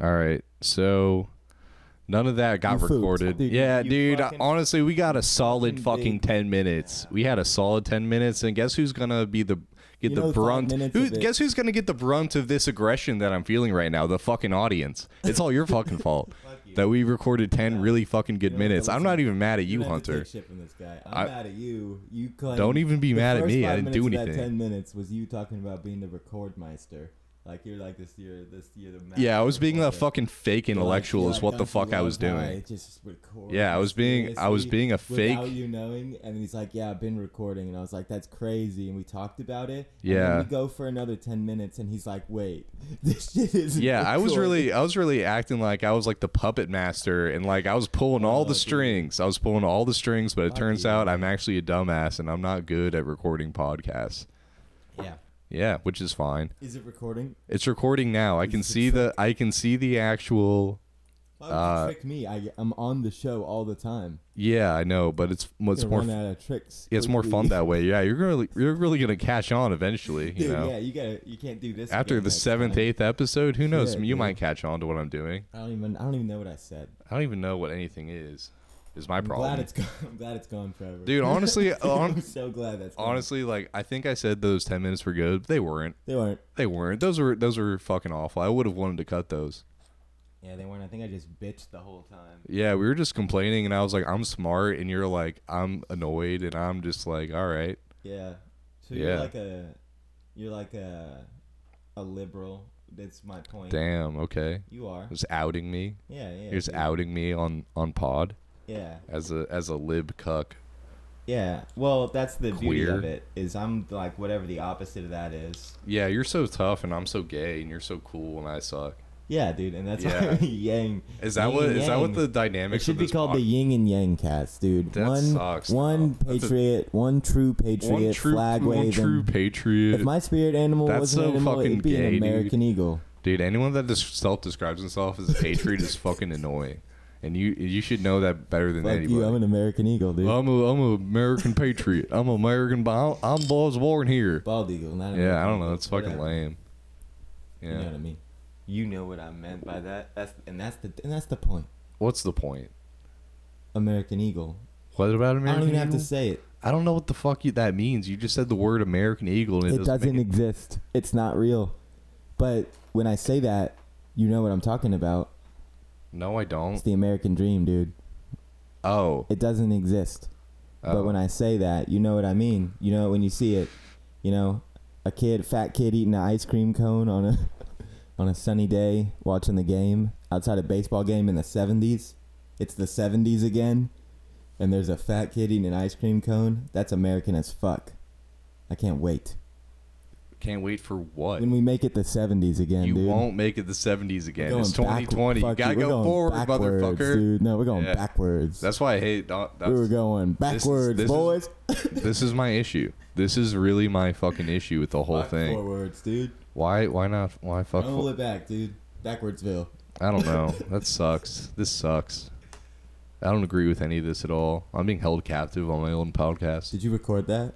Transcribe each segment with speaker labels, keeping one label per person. Speaker 1: All right. So none of that got
Speaker 2: You fooled.
Speaker 1: recorded.
Speaker 2: Dude,
Speaker 1: yeah,
Speaker 3: you
Speaker 1: dude.
Speaker 3: fucking-
Speaker 1: honestly, we got a solid
Speaker 2: fucking
Speaker 1: fucking
Speaker 2: big.
Speaker 1: 10 minutes. We had a solid 10 minutes and guess who's going to be the get
Speaker 2: You
Speaker 1: the
Speaker 2: know, five
Speaker 1: brunt.
Speaker 2: minutes
Speaker 1: Who
Speaker 2: of it.
Speaker 1: guess who's going to get the brunt of this aggression that I'm feeling right now? The fucking audience. It's all your fucking fault that we recorded 10 really fucking good
Speaker 3: You know,
Speaker 1: minutes. I'm
Speaker 3: listen,
Speaker 1: not even mad at
Speaker 3: You
Speaker 1: you,
Speaker 3: don't have to
Speaker 1: Hunter.
Speaker 3: take shit from this guy. I'm
Speaker 1: I-
Speaker 3: mad at you. You claim-
Speaker 1: Don't even be
Speaker 3: the
Speaker 1: mad at
Speaker 3: first
Speaker 1: me.
Speaker 3: five
Speaker 1: I didn't do
Speaker 3: minutes of That
Speaker 1: anything.
Speaker 3: ten minutes was you talking about being the recordmeister. Like you're like this year, this year the.
Speaker 1: Yeah, I was being
Speaker 3: the
Speaker 1: a fucking fake intellectual is what the fuck I was doing.
Speaker 3: just record
Speaker 1: Yeah, I was being- I was
Speaker 3: mysteriously
Speaker 1: being a
Speaker 3: without
Speaker 1: fake-
Speaker 3: you knowing, and he's like, "Yeah, I've been recording," and I was like, "That's crazy," and we talked about it. and
Speaker 1: Yeah.
Speaker 3: then we go for another ten minutes, and he's like, "Wait, this shit is."
Speaker 1: Yeah, I was really I was really acting like I was like the puppet master and like I was pulling all
Speaker 3: Oh,
Speaker 1: the
Speaker 3: dude.
Speaker 1: strings. I was pulling all the strings, but it
Speaker 3: Fuck
Speaker 1: turns
Speaker 3: you,
Speaker 1: out
Speaker 3: man.
Speaker 1: I'm actually a dumbass and I'm not good at recording podcasts.
Speaker 3: Yeah,
Speaker 1: Yeah, which is fine.
Speaker 3: is it recording?
Speaker 1: It's recording now. I can
Speaker 3: It's a
Speaker 1: see the I can see the actual
Speaker 3: Why would you
Speaker 1: Uh,
Speaker 3: trick me? I, I'm on the show all the time.
Speaker 1: Yeah, I know, but it's it's
Speaker 3: Gonna
Speaker 1: more
Speaker 3: run
Speaker 1: f-
Speaker 3: out of tricks.
Speaker 1: it's more
Speaker 3: quickly.
Speaker 1: fun that way. Yeah, you're really you're really going to catch on eventually, you
Speaker 3: Dude,
Speaker 1: know.
Speaker 3: yeah, you gotta. You can't do this
Speaker 1: After
Speaker 3: again
Speaker 1: the
Speaker 3: next
Speaker 1: 7th,
Speaker 3: time.
Speaker 1: 8th episode, who knows?
Speaker 3: Shit,
Speaker 1: you
Speaker 3: dude.
Speaker 1: might catch on to what I'm doing.
Speaker 3: I don't even. I don't even know what I said.
Speaker 1: I don't even know what anything is. Is my
Speaker 3: I'm
Speaker 1: problem.
Speaker 3: glad it's gone. I'm glad it's gone forever.
Speaker 1: Dude, honestly, hon-
Speaker 3: I'm so glad that's gone.
Speaker 1: Honestly, like I think I said those ten minutes were good. But they weren't.
Speaker 3: They weren't.
Speaker 1: They weren't. Those were those were fucking awful. I would have wanted to cut those.
Speaker 3: Yeah, they weren't. I think I just bitched the whole time.
Speaker 1: Yeah, we were just complaining, and I was like, "I'm smart," and you're like, "I'm annoyed," and I'm just like, "All right."
Speaker 3: Yeah. So
Speaker 1: Yeah.
Speaker 3: you're like a, you're like a, a liberal. That's my point.
Speaker 1: Damn. Okay.
Speaker 3: You are.
Speaker 1: Just outing me.
Speaker 3: Yeah, yeah.
Speaker 1: You're just
Speaker 3: dude.
Speaker 1: outing me on on pod
Speaker 3: Yeah,
Speaker 1: as a as a lib cuck.
Speaker 3: yeah. Well, that's the beauty
Speaker 1: Queer.
Speaker 3: of it. Is I'm like whatever the opposite of that is.
Speaker 1: Yeah, you're so tough, and I'm so gay, and you're so cool, and I suck.
Speaker 3: Yeah, dude, and that's
Speaker 1: Yeah.
Speaker 3: why we yang.
Speaker 1: Is that
Speaker 3: yin
Speaker 1: what is
Speaker 3: and
Speaker 1: that what
Speaker 3: yang.
Speaker 1: the
Speaker 3: It
Speaker 1: dynamics?
Speaker 3: should
Speaker 1: of
Speaker 3: be
Speaker 1: this
Speaker 3: called the
Speaker 1: pod-
Speaker 3: Yin and Yang cats, dude.
Speaker 1: That
Speaker 3: one,
Speaker 1: sucks,
Speaker 3: one
Speaker 1: though. That's a-
Speaker 3: patriot, one true patriot,
Speaker 1: one true
Speaker 3: flag
Speaker 1: one
Speaker 3: waving.
Speaker 1: true patriot.
Speaker 3: if my spirit animal
Speaker 1: That's
Speaker 3: was an
Speaker 1: so
Speaker 3: animal,
Speaker 1: fucking
Speaker 3: it'd be
Speaker 1: gay,
Speaker 3: an
Speaker 1: dude.
Speaker 3: American eagle.
Speaker 1: Dude, anyone that just self describes himself as a patriot is fucking annoying, and you you should know that better than
Speaker 3: Fuck
Speaker 1: anybody.
Speaker 3: you, I'm an American eagle, dude.
Speaker 1: I'm a I'm a American patriot. I'm American, but I'm- I'm was born here.
Speaker 3: Bald eagle, not American
Speaker 1: Yeah, I don't know.
Speaker 3: eagle,
Speaker 1: It's fucking
Speaker 3: whatever.
Speaker 1: lame.
Speaker 3: You know
Speaker 1: Yeah.
Speaker 3: what I mean? You know what I meant by that. That's and that's the and that's the point.
Speaker 1: What's the point?
Speaker 3: American eagle.
Speaker 1: What about
Speaker 3: I
Speaker 1: American
Speaker 3: don't even have
Speaker 1: Eagle?
Speaker 3: to say it.
Speaker 1: I don't know what the fuck you, that means. You just said the word American Eagle, and it,
Speaker 3: It doesn't,
Speaker 1: make it-
Speaker 3: exist. It's not real. But when I say that, you know what I'm talking about.
Speaker 1: No, I
Speaker 3: It's
Speaker 1: don't.
Speaker 3: the American dream, dude.
Speaker 1: Oh,
Speaker 3: It doesn't exist.
Speaker 1: Oh.
Speaker 3: But when I say that, you know what I mean. You know it when you see it. You know, a kid, fat kid eating an ice cream cone on a on a sunny day, watching the game outside a baseball game in the '70s. It's the '70s again, and there's a fat kid eating an ice cream cone. That's American as fuck. I can't wait
Speaker 1: can't wait for what?
Speaker 3: when we make it the '70s again,
Speaker 1: You
Speaker 3: dude.
Speaker 1: won't make it the 70s again.
Speaker 3: Going
Speaker 1: It's
Speaker 3: back-
Speaker 1: 2020. You
Speaker 3: fuck
Speaker 1: gotta
Speaker 3: We're
Speaker 1: go
Speaker 3: going
Speaker 1: forward,
Speaker 3: backwards,
Speaker 1: motherfucker.
Speaker 3: Dude. No, we're going
Speaker 1: Yeah.
Speaker 3: backwards.
Speaker 1: That's why I hate. That's,
Speaker 3: we were going
Speaker 1: this is-
Speaker 3: backwards,
Speaker 1: this is-
Speaker 3: boys.
Speaker 1: this is my issue. This is really my fucking issue with the whole
Speaker 3: Fuck
Speaker 1: thing.
Speaker 3: Forwards, dude.
Speaker 1: Why? Why not? Why fuck?
Speaker 3: Don't
Speaker 1: for-
Speaker 3: look back, dude. Backwardsville.
Speaker 1: I don't know. That sucks. This sucks. I don't agree with any of this at all. I'm being held captive on my own podcast.
Speaker 3: Did you record that?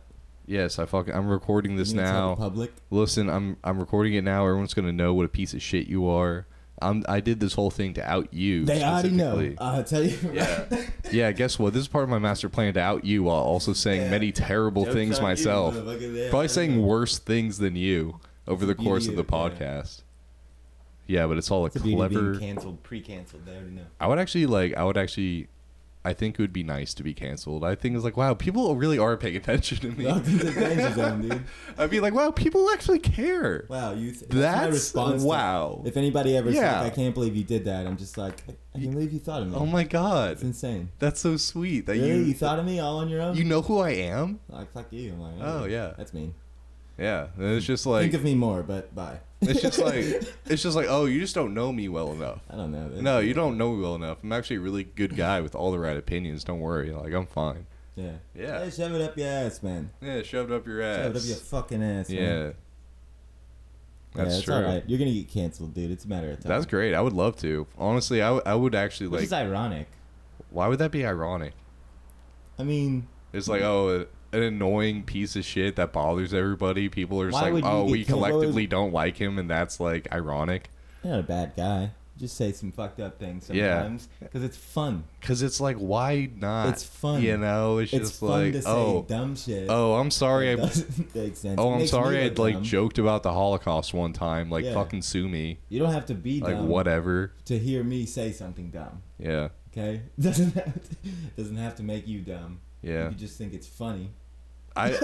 Speaker 1: Yes, I fucking. I'm recording this
Speaker 3: You gonna tell the
Speaker 1: now.
Speaker 3: public.
Speaker 1: Listen, I'm I'm recording it now. Everyone's gonna know what a piece of shit you are. I'm. I did this whole thing to out you.
Speaker 3: They already know.
Speaker 1: specifically.
Speaker 3: I'll tell you.
Speaker 1: Yeah. yeah. Guess what? This is part of my master plan to out you while also saying
Speaker 3: Yeah.
Speaker 1: many terrible
Speaker 3: Joke's
Speaker 1: things
Speaker 3: on you,
Speaker 1: myself.
Speaker 3: motherfucker. There I
Speaker 1: Probably saying
Speaker 3: go.
Speaker 1: worse things than you over the
Speaker 3: It's the
Speaker 1: course of
Speaker 3: beauty
Speaker 1: the
Speaker 3: of it, yeah.
Speaker 1: podcast. Yeah, but it's all a
Speaker 3: It's the beauty of being
Speaker 1: clever.
Speaker 3: canceled, pre-canceled. They already know.
Speaker 1: I would actually like. I would actually. I think it would be nice to be canceled. I think it's like, wow, people really are paying attention to me.
Speaker 3: Welcome to the danger zone, dude.
Speaker 1: I'd be like, wow, people actually care.
Speaker 3: Wow, you. Th- my
Speaker 1: That's-
Speaker 3: response to-
Speaker 1: wow.
Speaker 3: if anybody ever
Speaker 1: Yeah.
Speaker 3: said, "I can't believe you did that," I'm just like, I can't believe you thought of me.
Speaker 1: Oh my
Speaker 3: it's
Speaker 1: god,
Speaker 3: insane.
Speaker 1: that's so sweet that
Speaker 3: Really, you,
Speaker 1: you
Speaker 3: thought of me all on your own?
Speaker 1: you know who I am.
Speaker 3: like fuck you. I'm like,
Speaker 1: Oh, yeah.
Speaker 3: that's mean.
Speaker 1: Yeah, and it's just like
Speaker 3: Think of me more, but bye.
Speaker 1: it's just like it's just like oh, you just don't know me well enough.
Speaker 3: I don't know.
Speaker 1: No, you don't know me well enough. I'm actually a really good guy with all the right opinions. Don't worry, like I'm fine.
Speaker 3: Yeah.
Speaker 1: Yeah.
Speaker 3: Hey, shove it up your ass, man.
Speaker 1: Yeah, shoved up your ass.
Speaker 3: Shove it up your fucking ass. man.
Speaker 1: yeah. That's
Speaker 3: yeah, it's
Speaker 1: true.
Speaker 3: all right. You're gonna get canceled, dude. It's a matter of time.
Speaker 1: That's great. I would love to. Honestly, I, w- I would actually
Speaker 3: Which
Speaker 1: like.
Speaker 3: is ironic.
Speaker 1: why would that be ironic?
Speaker 3: I mean,
Speaker 1: It's like oh, an annoying piece of shit that bothers everybody. People are just
Speaker 3: Why
Speaker 1: like,
Speaker 3: would you
Speaker 1: oh,
Speaker 3: get
Speaker 1: we
Speaker 3: killed? Why would-
Speaker 1: collectively don't like him, and that's like ironic.
Speaker 3: you're not a bad guy. just say some fucked up things
Speaker 1: Yeah.
Speaker 3: sometimes because it's fun.
Speaker 1: Because it's like, why not?
Speaker 3: It's fun.
Speaker 1: You know, it's,
Speaker 3: It's
Speaker 1: just
Speaker 3: fun
Speaker 1: like,
Speaker 3: to say
Speaker 1: oh,
Speaker 3: dumb shit.
Speaker 1: oh, I'm sorry.
Speaker 3: It
Speaker 1: I,
Speaker 3: doesn't make sense. It
Speaker 1: oh, I'm
Speaker 3: makes me
Speaker 1: sorry. I
Speaker 3: look
Speaker 1: like
Speaker 3: dumb.
Speaker 1: joked about the Holocaust one time. Like,
Speaker 3: Yeah.
Speaker 1: fucking sue me.
Speaker 3: You don't have to be
Speaker 1: Like,
Speaker 3: dumb
Speaker 1: whatever.
Speaker 3: to hear me say something dumb.
Speaker 1: Yeah.
Speaker 3: Okay, doesn't have to, doesn't have to make you dumb.
Speaker 1: Yeah.
Speaker 3: you just think it's funny.
Speaker 1: I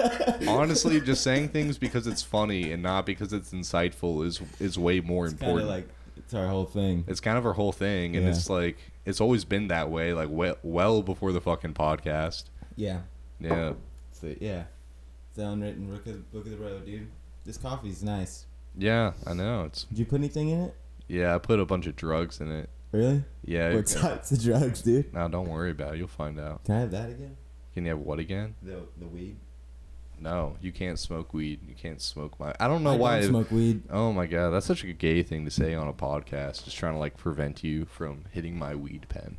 Speaker 1: honestly just saying things because it's funny and not because it's insightful is is way more
Speaker 3: It's kind of
Speaker 1: important.
Speaker 3: like it's our whole thing.
Speaker 1: it's kind of our whole thing, and
Speaker 3: Yeah.
Speaker 1: it's like it's always been that way. Like well, well before the fucking podcast.
Speaker 3: Yeah,
Speaker 1: Yeah,
Speaker 3: so yeah, it's the unwritten book of, book of the road, dude. This coffee's nice.
Speaker 1: yeah, I know. It's
Speaker 3: Did you put anything in it? yeah
Speaker 1: yeah. I put a bunch of drugs in it.
Speaker 3: Really?
Speaker 1: Yeah.
Speaker 3: What types of drugs, dude?
Speaker 1: Now don't worry about it. You'll find out.
Speaker 3: Can I have that again?
Speaker 1: Can you have what again?
Speaker 3: The the weed.
Speaker 1: No, you can't smoke weed. You can't smoke my. I don't know
Speaker 3: I
Speaker 1: why.
Speaker 3: Don't smoke weed.
Speaker 1: Oh my god, that's such a gay thing to say on a podcast. Just trying to like prevent you from hitting my weed pen.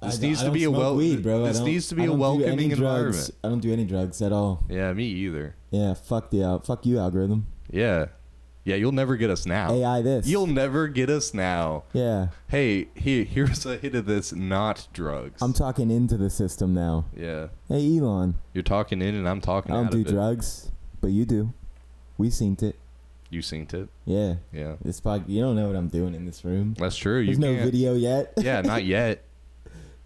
Speaker 3: I
Speaker 1: This
Speaker 3: don't-
Speaker 1: needs
Speaker 3: I
Speaker 1: to
Speaker 3: don't
Speaker 1: be a
Speaker 3: smoke
Speaker 1: wel-
Speaker 3: weed, bro. I
Speaker 1: this
Speaker 3: don't-
Speaker 1: needs to be
Speaker 3: I
Speaker 1: a
Speaker 3: don't do any
Speaker 1: welcoming
Speaker 3: drugs.
Speaker 1: environment.
Speaker 3: I don't do any drugs at all.
Speaker 1: Yeah, me either.
Speaker 3: Yeah, fuck the al- fuck you algorithm.
Speaker 1: Yeah. Yeah, you'll never get us now.
Speaker 3: AI this.
Speaker 1: You'll never get us now.
Speaker 3: yeah.
Speaker 1: Hey, here, here's a hit of this not drugs.
Speaker 3: I'm talking into the system now.
Speaker 1: yeah.
Speaker 3: Hey Elon,
Speaker 1: You're talking in and I'm talking
Speaker 3: I don't
Speaker 1: out
Speaker 3: do
Speaker 1: of it.
Speaker 3: drugs, but you do. We synced it.
Speaker 1: You synced it.
Speaker 3: Yeah.
Speaker 1: Yeah.
Speaker 3: This pod, you don't know what I'm doing in this room.
Speaker 1: That's true.
Speaker 3: There's
Speaker 1: you
Speaker 3: no
Speaker 1: can't.
Speaker 3: video yet.
Speaker 1: yeah, not yet.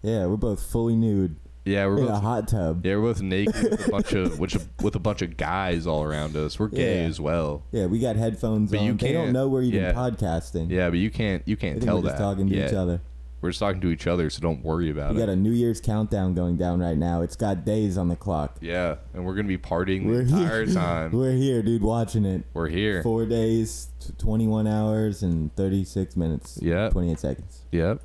Speaker 3: yeah, we're both fully nude
Speaker 1: Yeah, we're
Speaker 3: in a
Speaker 1: both
Speaker 3: hot tub.
Speaker 1: yeah, we're both naked with a bunch of which with a bunch of guys all around us. We're gay
Speaker 3: Yeah.
Speaker 1: as well.
Speaker 3: Yeah, we got headphones
Speaker 1: But
Speaker 3: on.
Speaker 1: you
Speaker 3: they don't
Speaker 1: can't-
Speaker 3: know we're even
Speaker 1: yeah.
Speaker 3: podcasting.
Speaker 1: Yeah, but you can't you
Speaker 3: I
Speaker 1: can't
Speaker 3: think
Speaker 1: tell
Speaker 3: we're just
Speaker 1: that.
Speaker 3: talking to
Speaker 1: yeah.
Speaker 3: each other.
Speaker 1: We're just talking to each other, so don't worry about
Speaker 3: We
Speaker 1: it.
Speaker 3: got a New Year's countdown going down right now. It's got days on the clock.
Speaker 1: yeah, and we're gonna be partying
Speaker 3: We're
Speaker 1: the
Speaker 3: here.
Speaker 1: Mm, entire time.
Speaker 3: We're here, dude, watching it.
Speaker 1: We're here.
Speaker 3: Four days, t- 21 hours, and 36 minutes.
Speaker 1: Yeah.
Speaker 3: 28 seconds.
Speaker 1: Yep.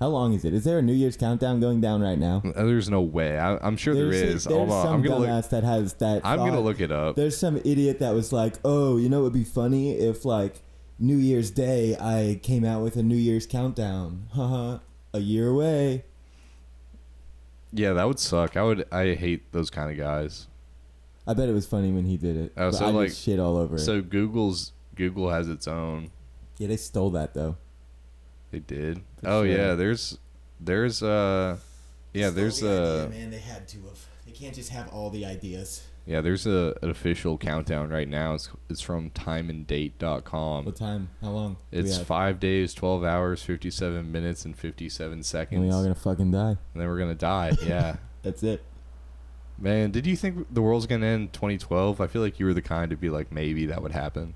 Speaker 3: How long is it? Is there a New Year's countdown going down right now?
Speaker 1: Uh, There's no way. I, I'm sure there's,
Speaker 3: there's
Speaker 1: Hold on.
Speaker 3: some
Speaker 1: uh, I'm gonna look.
Speaker 3: dumbass that has that.
Speaker 1: I'm gonna
Speaker 3: thought.
Speaker 1: look it up.
Speaker 3: There's some idiot that was like, "Oh, you know, it would be funny if like New Year's Day I came out with a New Year's countdown, haha, a year away."
Speaker 1: Yeah, that would suck. I would. I hate those kind of guys.
Speaker 3: I bet it was funny when he did it.
Speaker 1: Oh,
Speaker 3: but
Speaker 1: so,
Speaker 3: I just
Speaker 1: like-
Speaker 3: shit all over it.
Speaker 1: So Google's Google has its own.
Speaker 3: Yeah, they stole that though.
Speaker 1: They did.
Speaker 3: For
Speaker 1: oh
Speaker 3: sure.
Speaker 1: yeah. There's there's uh yeah there's a
Speaker 3: man. They had two of. They can't just have all the ideas.
Speaker 1: yeah there's a an official countdown right now. It's it's from timeanddate.com.
Speaker 3: What time? How long? we
Speaker 1: It's
Speaker 3: have?
Speaker 1: five days, twelve hours, fifty-seven minutes, and fifty-seven seconds.
Speaker 3: And we all gonna fucking die.
Speaker 1: and then we're gonna die. Yeah.
Speaker 3: That's it.
Speaker 1: Man, did you think the world's gonna end 2012? I feel like you were the kind to be like, maybe that would happen.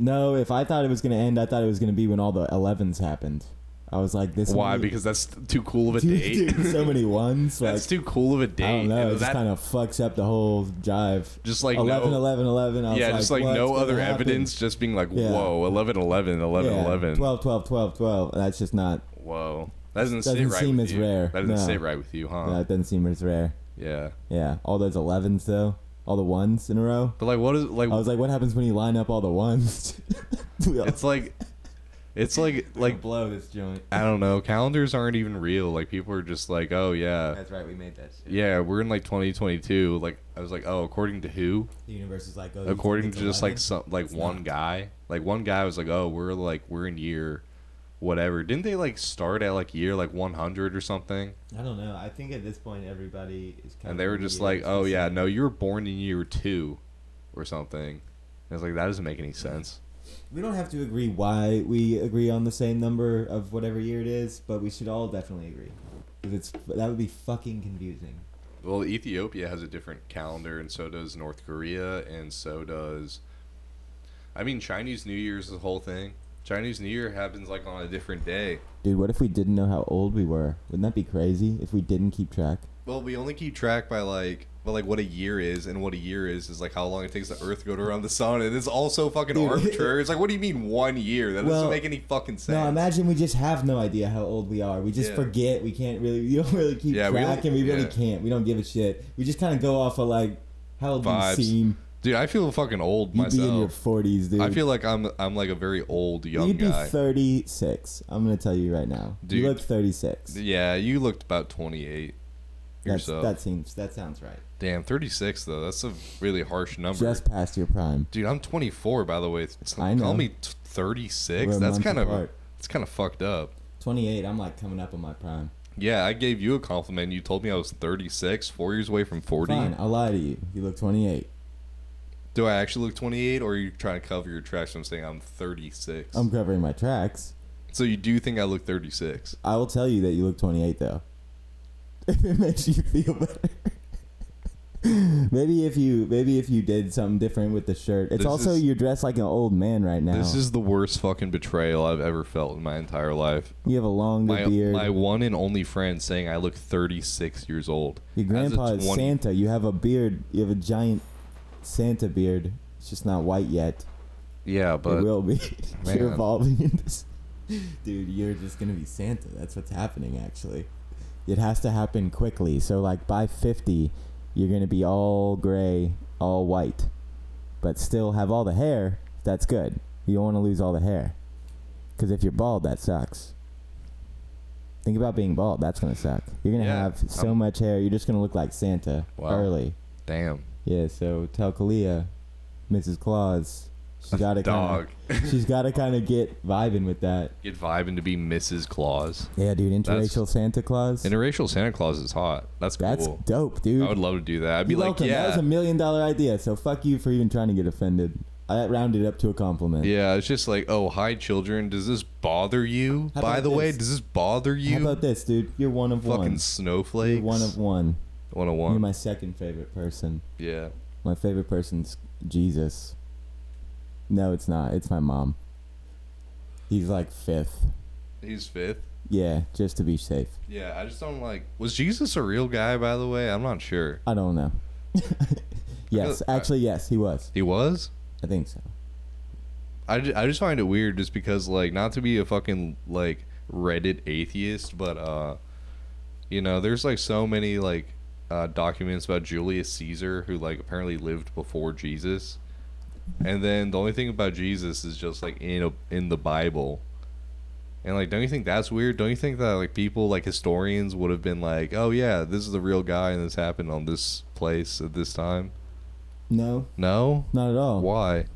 Speaker 3: No, if I thought it was gonna end, I thought it was gonna be when all the 11s happened. I was like, this.
Speaker 1: Why?
Speaker 3: many-
Speaker 1: Because that's t- too cool of a
Speaker 3: Dude,
Speaker 1: date.
Speaker 3: dude, so many ones. Like,
Speaker 1: that's too cool of a date.
Speaker 3: I don't know.
Speaker 1: And
Speaker 3: It just
Speaker 1: that-
Speaker 3: kind of fucks up the whole jive.
Speaker 1: just like
Speaker 3: 11,
Speaker 1: no,
Speaker 3: 11, 11. I was
Speaker 1: yeah,
Speaker 3: like,
Speaker 1: just like
Speaker 3: what's
Speaker 1: no
Speaker 3: gonna
Speaker 1: other
Speaker 3: happen?
Speaker 1: evidence. Just being like,
Speaker 3: Yeah.
Speaker 1: whoa, 11, 11, 11,
Speaker 3: yeah,
Speaker 1: 11.
Speaker 3: 12, 12, 12, 12. That's just not.
Speaker 1: Whoa, that doesn't, sit
Speaker 3: Doesn't
Speaker 1: right
Speaker 3: seem
Speaker 1: with
Speaker 3: as
Speaker 1: you.
Speaker 3: rare.
Speaker 1: That doesn't
Speaker 3: No.
Speaker 1: sit right with you, huh?
Speaker 3: No, it doesn't seem as rare.
Speaker 1: yeah,
Speaker 3: Yeah, all those 11s though, all the ones in a row.
Speaker 1: but like, what is like?
Speaker 3: I was like, what happens when you line up all the ones? We all-
Speaker 1: it's like, it's like like
Speaker 3: blow this joint.
Speaker 1: I don't know. Calendars aren't even real. Like people are just like, oh yeah.
Speaker 3: That's right, we made that shit.
Speaker 1: Yeah, we're in like 2022. Like I was like, oh, according to who?
Speaker 3: The universe is like, oh, you think
Speaker 1: According
Speaker 3: it's
Speaker 1: to just like
Speaker 3: 11?
Speaker 1: some like
Speaker 3: It's
Speaker 1: one
Speaker 3: not.
Speaker 1: guy. Like one guy was like, oh, we're like we're in year, whatever. Didn't they like start at like year like 100 or something?
Speaker 3: I don't know. I think at this point everybody is.
Speaker 1: And they were
Speaker 3: counting
Speaker 1: just
Speaker 3: years
Speaker 1: like,
Speaker 3: to
Speaker 1: oh yeah,
Speaker 3: see.
Speaker 1: no, you were born in year two, or something. And I was like, that doesn't make any sense.
Speaker 3: We don't have to agree why we agree on the same number of whatever year it is, but we should all definitely agree. 'Cause it's that would be fucking confusing.
Speaker 1: Well, Ethiopia has a different calendar, and so does North Korea, and so does. I mean, Chinese New Year's is the whole thing. Chinese New Year happens like on a different day.
Speaker 3: Dude, what if we didn't know how old we were? Wouldn't that be crazy if we didn't keep track?
Speaker 1: Well, we only keep track by like, well, like what a year is, and what a year is is like how long it takes the Earth to go around the sun, and it's all so fucking
Speaker 3: Dude.
Speaker 1: arbitrary. It's like, what do you mean one year? That
Speaker 3: Well,
Speaker 1: doesn't make any fucking sense.
Speaker 3: No, imagine we just have no idea how old we are. We just
Speaker 1: Yeah.
Speaker 3: forget. We can't really. We don't really keep
Speaker 1: Yeah, we
Speaker 3: track,
Speaker 1: don't-
Speaker 3: and we really
Speaker 1: yeah.
Speaker 3: can't. We don't give a shit. We just kind of go off of like how old
Speaker 1: Vibes.
Speaker 3: you seem.
Speaker 1: Dude, I feel fucking old
Speaker 3: You'd be in your
Speaker 1: myself.
Speaker 3: forties, dude.
Speaker 1: I feel like I'm I'm like a very old young
Speaker 3: You'd be
Speaker 1: guy.
Speaker 3: thirty six. I'm gonna tell you right now.
Speaker 1: Dude.
Speaker 3: You look thirty six.
Speaker 1: yeah, you looked about 28
Speaker 3: That's
Speaker 1: yourself.
Speaker 3: that seems that sounds right.
Speaker 1: Damn, 36 though. That's a really harsh number.
Speaker 3: Just past your prime.
Speaker 1: Dude, I'm 24 by the way. So
Speaker 3: I know.
Speaker 1: Call me t- 36.
Speaker 3: We're a
Speaker 1: That's
Speaker 3: month
Speaker 1: kind of
Speaker 3: apart.
Speaker 1: it's kind of fucked up.
Speaker 3: 28. I'm like coming up on my prime.
Speaker 1: Yeah, I gave you a compliment. You told me I was 36, four years away from 40.
Speaker 3: Fine, I'll lie to you. You look 28.
Speaker 1: Do I actually look 28, or are you trying to cover your tracks from saying I'm 36?
Speaker 3: I'm covering my tracks.
Speaker 1: so you do think I look 36?
Speaker 3: I will tell you that you look 28 though. If it makes you feel better. maybe if you maybe if you did something different with the shirt. It's
Speaker 1: This
Speaker 3: also
Speaker 1: is-
Speaker 3: you're dressed like an old man right now.
Speaker 1: This is the worst fucking betrayal I've ever felt in my entire life.
Speaker 3: you have a longer
Speaker 1: My,
Speaker 3: beard.
Speaker 1: my one and only friend saying I look 36 years old.
Speaker 3: Your
Speaker 1: As a
Speaker 3: grandpa is
Speaker 1: 20
Speaker 3: Santa. You have a beard. You have a giant Santa beard. It's just not white yet.
Speaker 1: Yeah,
Speaker 3: it
Speaker 1: but
Speaker 3: will be.
Speaker 1: Man.
Speaker 3: you're evolving into. s- Dude, you're just gonna be Santa. That's what's happening. Actually, it has to happen quickly. So like by fifty, you're gonna be all gray, all white, but still have all the hair. That's good. You don't want to lose all the hair, because if you're bald, that sucks. Think about being bald. That's gonna suck. You're gonna
Speaker 1: Yeah,
Speaker 3: have so
Speaker 1: I'm-
Speaker 3: much hair. You're just gonna look like Santa
Speaker 1: Wow.
Speaker 3: early.
Speaker 1: damn.
Speaker 3: Yeah. So tell Kalia, Mrs. Claus, she got to kind
Speaker 1: Dog.
Speaker 3: of She's got to kind of get vibing with that.
Speaker 1: Get vibing to be Mrs. Claus.
Speaker 3: Yeah, dude, interracial
Speaker 1: That's-
Speaker 3: Santa Claus.
Speaker 1: Interracial Santa Claus is hot. That's
Speaker 3: that's
Speaker 1: cool.
Speaker 3: dope, dude.
Speaker 1: I would love to do that. I'd be
Speaker 3: You're
Speaker 1: like,
Speaker 3: welcome.
Speaker 1: yeah.
Speaker 3: That was a million dollar idea. So fuck you for even trying to get offended. I that rounded up to a compliment.
Speaker 1: Yeah, it's just like, oh, hi, children. Does this bother you?
Speaker 3: How
Speaker 1: By
Speaker 3: about
Speaker 1: the way,
Speaker 3: this?
Speaker 1: does this bother you?
Speaker 3: How about this, dude? You're one of
Speaker 1: Fucking
Speaker 3: one.
Speaker 1: snowflakes.
Speaker 3: You're one of one.
Speaker 1: one of
Speaker 3: You're
Speaker 1: one.
Speaker 3: my second favorite person.
Speaker 1: Yeah.
Speaker 3: My favorite person's Jesus. No, it's not. It's my mom. He's like fifth.
Speaker 1: He's fifth.
Speaker 3: Yeah, just to be safe.
Speaker 1: Yeah, I just don't like. Was Jesus a real guy, by the way? I'm not sure.
Speaker 3: I don't know. yes,
Speaker 1: I-
Speaker 3: actually, yes, he was.
Speaker 1: He was?
Speaker 3: I think so.
Speaker 1: I ju- I just find it weird just because, like, not to be a fucking, like, Reddit atheist, but, uh, you know, there's, like, so many, like, uh, documents about Julius Caesar who, like, apparently lived before Jesus. And then the only thing about Jesus is just, like, in, a, in the Bible. And, like, don't you think that's weird? Don't you think that, like, people, like, historians would have been like, oh, yeah, this is the real guy and this happened on this place at this time?
Speaker 3: No,
Speaker 1: No?
Speaker 3: not at all.
Speaker 1: Why?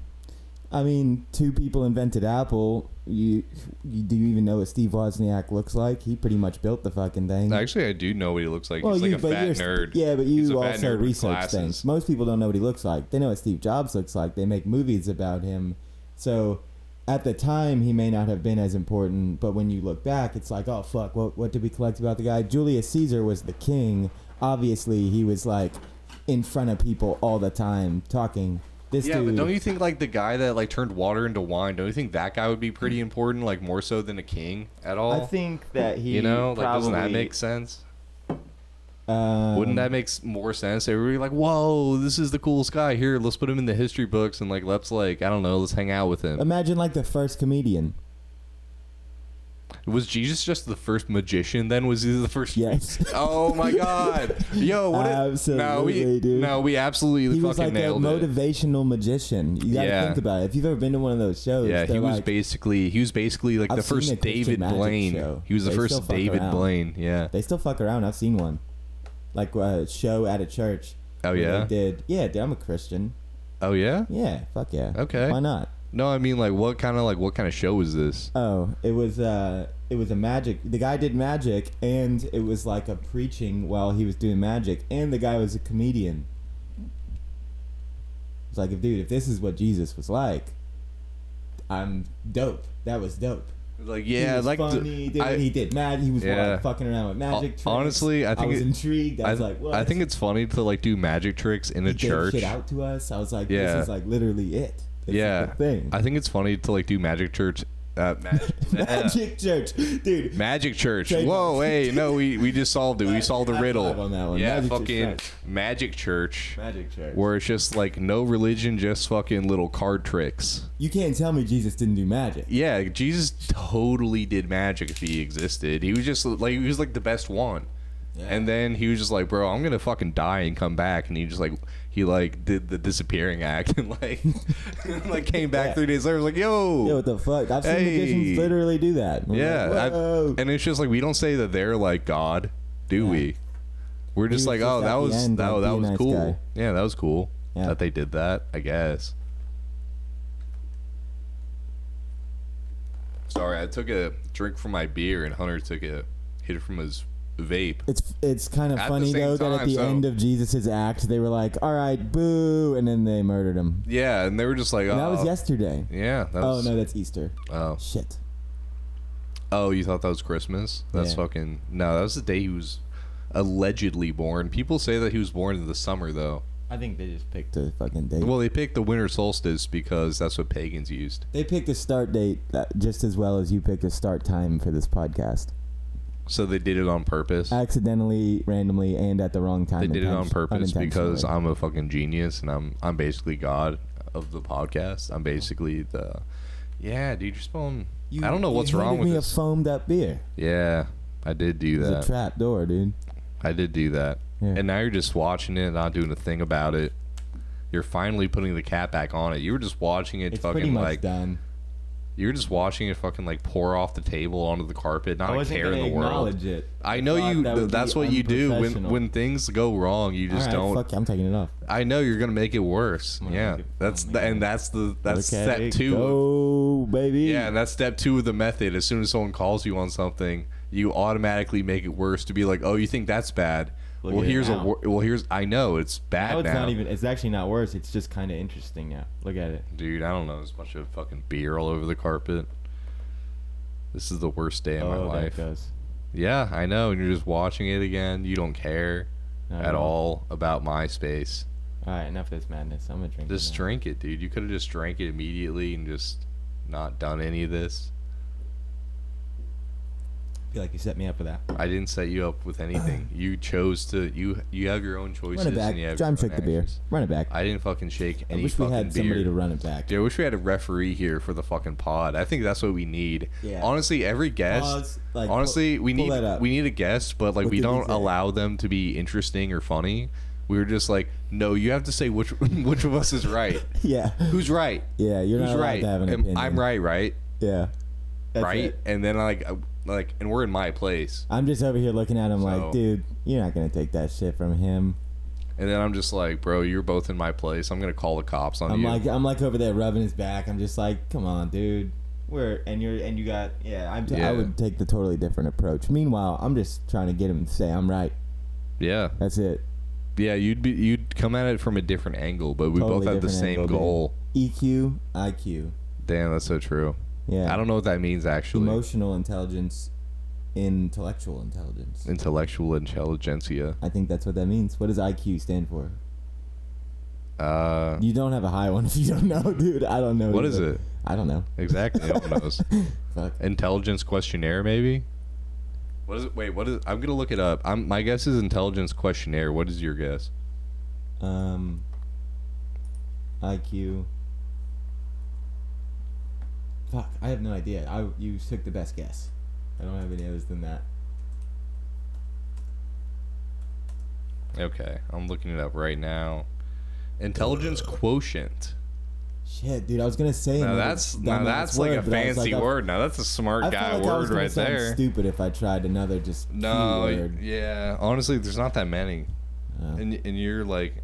Speaker 3: I mean, two people invented Apple. You, you do you even know what Steve Wozniak looks like? He pretty much built the fucking thing.
Speaker 1: Actually, I do know what he looks like. He's like a fat
Speaker 3: you're-
Speaker 1: nerd.
Speaker 3: Yeah, but
Speaker 1: He's a
Speaker 3: you
Speaker 1: fat nerd
Speaker 3: also
Speaker 1: with
Speaker 3: research
Speaker 1: glasses.
Speaker 3: things. Most people don't know what he looks like. They know what Steve Jobs looks like. They make movies about him. So at the time, he may not have been as important, but when you look back, it's like, oh fuck, what what did we collect about the guy? Julius Caesar was the king. Obviously, he was like in front of people all the time talking. This
Speaker 1: Yeah,
Speaker 3: dude,
Speaker 1: but don't you think like the guy that like turned water into wine? Don't you think that guy would be pretty
Speaker 3: Mm.
Speaker 1: important, like more so than a king at all?
Speaker 2: I think that he
Speaker 1: you know, like
Speaker 2: probably, uh,
Speaker 1: doesn't that make sense?
Speaker 3: um,
Speaker 1: Wouldn't that make s- more sense? They would be like, "Whoa, this is the coolest guy. Here, let's put him in the history books and like let's like I don't know, let's hang out with him."
Speaker 3: Imagine like the first comedian.
Speaker 1: Was Jesus just the first magician? Then was he the first?
Speaker 3: Yes.
Speaker 1: Oh my God! Yo, what? a- no, we,
Speaker 3: Absolutely, dude.
Speaker 1: No, we absolutely
Speaker 3: he was
Speaker 1: fucking
Speaker 3: like a
Speaker 1: nailed it.
Speaker 3: motivational magician. You gotta
Speaker 1: Yeah.
Speaker 3: think about it. If you've ever been to one of those shows,
Speaker 1: Yeah, he
Speaker 3: they're
Speaker 1: was
Speaker 3: like,
Speaker 1: basically he was basically like
Speaker 3: I've
Speaker 1: the
Speaker 3: seen a
Speaker 1: first
Speaker 3: Christian
Speaker 1: David
Speaker 3: magic
Speaker 1: Blaine.
Speaker 3: show.
Speaker 1: He was the
Speaker 3: They still
Speaker 1: first
Speaker 3: fuck
Speaker 1: David
Speaker 3: around.
Speaker 1: Blaine. Yeah.
Speaker 3: they still fuck around. I've seen one, like a show at a church.
Speaker 1: Oh,
Speaker 3: where
Speaker 1: yeah?
Speaker 3: they did yeah, dude. I'm a Christian.
Speaker 1: Oh yeah.
Speaker 3: Yeah, fuck yeah.
Speaker 1: Okay.
Speaker 3: why not?
Speaker 1: No, I mean like what kind of like what kind of show is this?
Speaker 3: Oh, it was uh, it was a magic. The guy did magic, and it was like a preaching while he was doing magic, and the guy was a comedian. It's like, if dude, if this is what Jesus was like, I'm dope. That was dope.
Speaker 1: Like
Speaker 3: He
Speaker 1: yeah,
Speaker 3: was
Speaker 1: like the-
Speaker 3: funny, dude,
Speaker 1: I,
Speaker 3: he did mad. He was
Speaker 1: Yeah.
Speaker 3: like, fucking around with magic. tricks.
Speaker 1: honestly, I think
Speaker 3: was
Speaker 1: it-
Speaker 3: intrigued. I was
Speaker 1: I-
Speaker 3: like, what?
Speaker 1: I think it's funny to like do magic tricks in a
Speaker 3: He gave
Speaker 1: church.
Speaker 3: shit out to us. I was like,
Speaker 1: Yeah.
Speaker 3: this is like literally it. This is
Speaker 1: Yeah.
Speaker 3: the thing.
Speaker 1: I think it's funny to like do magic church. Uh, magic,
Speaker 3: magic church, dude.
Speaker 1: magic church.
Speaker 3: Trademark.
Speaker 1: Whoa, hey, no, we we just solved it. We
Speaker 3: Magic-
Speaker 1: solved the
Speaker 3: high five
Speaker 1: riddle.
Speaker 3: on that one.
Speaker 1: Yeah,
Speaker 3: Magic church,
Speaker 1: fucking
Speaker 3: nice.
Speaker 1: magic church.
Speaker 3: Magic church.
Speaker 1: Where it's just like no religion, just fucking little card tricks.
Speaker 3: You can't tell me Jesus didn't do magic.
Speaker 1: Yeah, Jesus totally did magic if he existed. He was just like he was like the best one. And then he was just like, "Bro, I'm gonna fucking die and come back." And he just like he like did the disappearing act and like like came back
Speaker 3: Yeah.
Speaker 1: three days later. Was like, "Yo,
Speaker 3: Yeah, what the fuck? I've seen
Speaker 1: Hey.
Speaker 3: magicians literally do that. I'm
Speaker 1: yeah."
Speaker 3: like,
Speaker 1: I've-
Speaker 3: whoa.
Speaker 1: and it's just like we don't say that they're like God, do we? We're just
Speaker 3: was
Speaker 1: like,
Speaker 3: just
Speaker 1: "Oh,
Speaker 3: at
Speaker 1: that
Speaker 3: the
Speaker 1: was
Speaker 3: end,
Speaker 1: that,
Speaker 3: like,
Speaker 1: that
Speaker 3: be a
Speaker 1: was
Speaker 3: nice
Speaker 1: cool."
Speaker 3: guy.
Speaker 1: Yeah, that was cool
Speaker 3: Yeah.
Speaker 1: that they did that. I guess. Sorry, I took a drink from my beer and Hunter took a hit from his vape.
Speaker 3: It's it's kind of
Speaker 1: At the
Speaker 3: funny
Speaker 1: same
Speaker 3: though that at
Speaker 1: time,
Speaker 3: the
Speaker 1: so-
Speaker 3: end of Jesus' act they were like, "All right, boo," and then they murdered him.
Speaker 1: Yeah, and they were just like, oh,
Speaker 3: And that was yesterday.
Speaker 1: yeah, that
Speaker 3: Oh
Speaker 1: was,
Speaker 3: no, that's Easter.
Speaker 1: oh.
Speaker 3: Shit.
Speaker 1: Oh, you thought that was Christmas? That's
Speaker 3: Yeah.
Speaker 1: fucking no. That was the day he was allegedly born. People say that he was born in the summer though.
Speaker 3: I think they just picked a fucking date.
Speaker 1: Well, they picked the winter solstice because that's what pagans used.
Speaker 3: they picked a start date that, just as well as you picked a start time for this podcast.
Speaker 1: So they did it on purpose.
Speaker 3: Accidentally, randomly, and at the wrong time.
Speaker 1: they did it on
Speaker 3: inten-
Speaker 1: purpose because
Speaker 3: unintentionally.
Speaker 1: I'm a fucking genius and I'm I'm basically god of the podcast. I'm basically the yeah, dude. You're spelling. I don't know
Speaker 3: You
Speaker 1: what's
Speaker 3: handed
Speaker 1: wrong with
Speaker 3: me
Speaker 1: this.
Speaker 3: a foamed up beer.
Speaker 1: yeah, I did do
Speaker 3: It's a
Speaker 1: that.
Speaker 3: trap door, dude.
Speaker 1: I did do that.
Speaker 3: Yeah.
Speaker 1: And now you're just watching it, not doing a thing about it. You're finally putting the cap back on it. You were just watching it
Speaker 3: It's pretty
Speaker 1: fucking
Speaker 3: much
Speaker 1: like
Speaker 3: done.
Speaker 1: you were just watching it fucking like pour off the table onto the carpet. Not a care in the world.
Speaker 3: it.
Speaker 1: I know
Speaker 3: thought
Speaker 1: you.
Speaker 3: that would
Speaker 1: that's
Speaker 3: be
Speaker 1: what you do when
Speaker 3: unprofessional.
Speaker 1: when things go wrong. You just
Speaker 3: All
Speaker 1: don't.
Speaker 3: right, Fuck, I'm taking it off.
Speaker 1: I know you're gonna make it worse.
Speaker 3: gonna
Speaker 1: yeah,
Speaker 3: make it-
Speaker 1: that's
Speaker 3: I'm
Speaker 2: Oh,
Speaker 1: the,
Speaker 3: gonna-
Speaker 1: and that's the that's step
Speaker 3: Okay,
Speaker 1: two. Of,
Speaker 3: Go, baby.
Speaker 1: yeah, and that's step two of the method. As soon as someone calls you on something, you automatically make it worse to be like, oh, you think that's bad.
Speaker 2: Look
Speaker 1: well,
Speaker 2: at it
Speaker 1: here's a
Speaker 2: now.
Speaker 1: wor- well, here's I know it's bad
Speaker 2: Now it's
Speaker 1: now.
Speaker 2: not even. It's actually not worse. It's just kind of interesting now. Look at it.
Speaker 1: Dude, I don't know. There's a bunch of fucking beer all over the carpet. This is the worst day of my
Speaker 2: oh,
Speaker 1: life.
Speaker 2: there it goes.
Speaker 1: Yeah, I know. And you're just watching it again. You don't care
Speaker 2: No,
Speaker 1: at
Speaker 2: no.
Speaker 1: all about MySpace.
Speaker 2: All right, enough of this madness. I'm gonna drink. it
Speaker 1: Just
Speaker 2: now.
Speaker 1: drink it, dude. You could have just drank it immediately and just not done any of this.
Speaker 2: I feel like you set me up for that.
Speaker 1: I didn't set you up with anything. You chose to. You you have your own choices.
Speaker 3: Run it
Speaker 1: And you
Speaker 3: back.
Speaker 1: have
Speaker 3: John
Speaker 1: your own
Speaker 3: shook the beer.
Speaker 1: actions.
Speaker 3: Run it back. I,
Speaker 1: I didn't fucking shake any
Speaker 3: wish we
Speaker 1: fucking
Speaker 3: had
Speaker 1: beer.
Speaker 3: somebody to run it back.
Speaker 1: Dude, I wish we had a referee here for the fucking pod. I think that's what we need.
Speaker 3: Yeah.
Speaker 1: Honestly, every guest.
Speaker 3: Pause, like,
Speaker 1: honestly,
Speaker 3: pull-
Speaker 1: we
Speaker 3: pull
Speaker 1: need
Speaker 3: that up.
Speaker 1: we need a guest, but like
Speaker 3: What
Speaker 1: we
Speaker 3: did they
Speaker 1: don't
Speaker 3: say?
Speaker 1: allow them to be interesting or funny. We were just like, no, you have to say which which of us is right.
Speaker 3: Yeah.
Speaker 1: Who's right?
Speaker 3: Yeah, you're
Speaker 1: Who's
Speaker 3: not allowed
Speaker 1: right?
Speaker 3: to have an
Speaker 1: Am-
Speaker 3: opinion.
Speaker 1: I'm right, right,
Speaker 3: Yeah. That's
Speaker 1: right.
Speaker 3: it.
Speaker 1: And then like I- like, and we're in my place,
Speaker 3: I'm just over here looking at him
Speaker 1: So-
Speaker 3: like, dude, you're not gonna take that shit from him.
Speaker 1: and then I'm just like, bro, you're both in my place. I'm gonna call the cops on
Speaker 3: I'm
Speaker 1: you.
Speaker 3: like, I'm like over there rubbing his back. I'm just like, come on, dude.
Speaker 2: Where and you're and you got yeah. I'm.
Speaker 3: So
Speaker 1: Yeah.
Speaker 3: I would take the totally different approach. Meanwhile, I'm just trying to get him to say I'm right.
Speaker 1: yeah,
Speaker 3: That's it.
Speaker 1: yeah. You'd be you'd come at it from a different angle, but we both
Speaker 3: Totally
Speaker 1: had the
Speaker 3: different
Speaker 1: same
Speaker 3: angle, dude.
Speaker 1: goal.
Speaker 3: E EQ, IQ.
Speaker 1: Damn, that's so true.
Speaker 3: Yeah.
Speaker 1: I don't know what that means actually.
Speaker 3: Emotional intelligence, intellectual intelligence.
Speaker 1: Intellectual intelligentsia.
Speaker 3: I think that's what that means. What does IQ stand for?
Speaker 1: Uh,
Speaker 3: You don't have a high one if you don't know, dude. I don't know.
Speaker 1: What is
Speaker 3: either.
Speaker 1: it?
Speaker 3: I don't know.
Speaker 1: exactly. No one knows.
Speaker 3: Fuck.
Speaker 1: Intelligence questionnaire, maybe. What is it? Wait, what is? I'm gonna look it up. I'm, my guess is intelligence questionnaire. What is your guess?
Speaker 3: Um, IQ. Fuck, I have no idea. I you took the best guess. I don't have any others than that.
Speaker 1: Okay, I'm looking it up right now. Intelligence
Speaker 3: Uh,
Speaker 1: quotient.
Speaker 3: Shit, dude, I was gonna say.
Speaker 1: Now
Speaker 3: another
Speaker 1: that's now
Speaker 3: dumbass
Speaker 1: that's like a
Speaker 3: word, but I was
Speaker 1: fancy
Speaker 3: like, I-
Speaker 1: word. Now that's a smart
Speaker 3: I feel
Speaker 1: guy
Speaker 3: like I was
Speaker 1: word
Speaker 3: gonna
Speaker 1: right
Speaker 3: sound
Speaker 1: there.
Speaker 3: Stupid if I tried another just
Speaker 1: No,
Speaker 3: keyword.
Speaker 1: yeah. Honestly, there's not that many.
Speaker 3: Oh.
Speaker 1: And and you're like,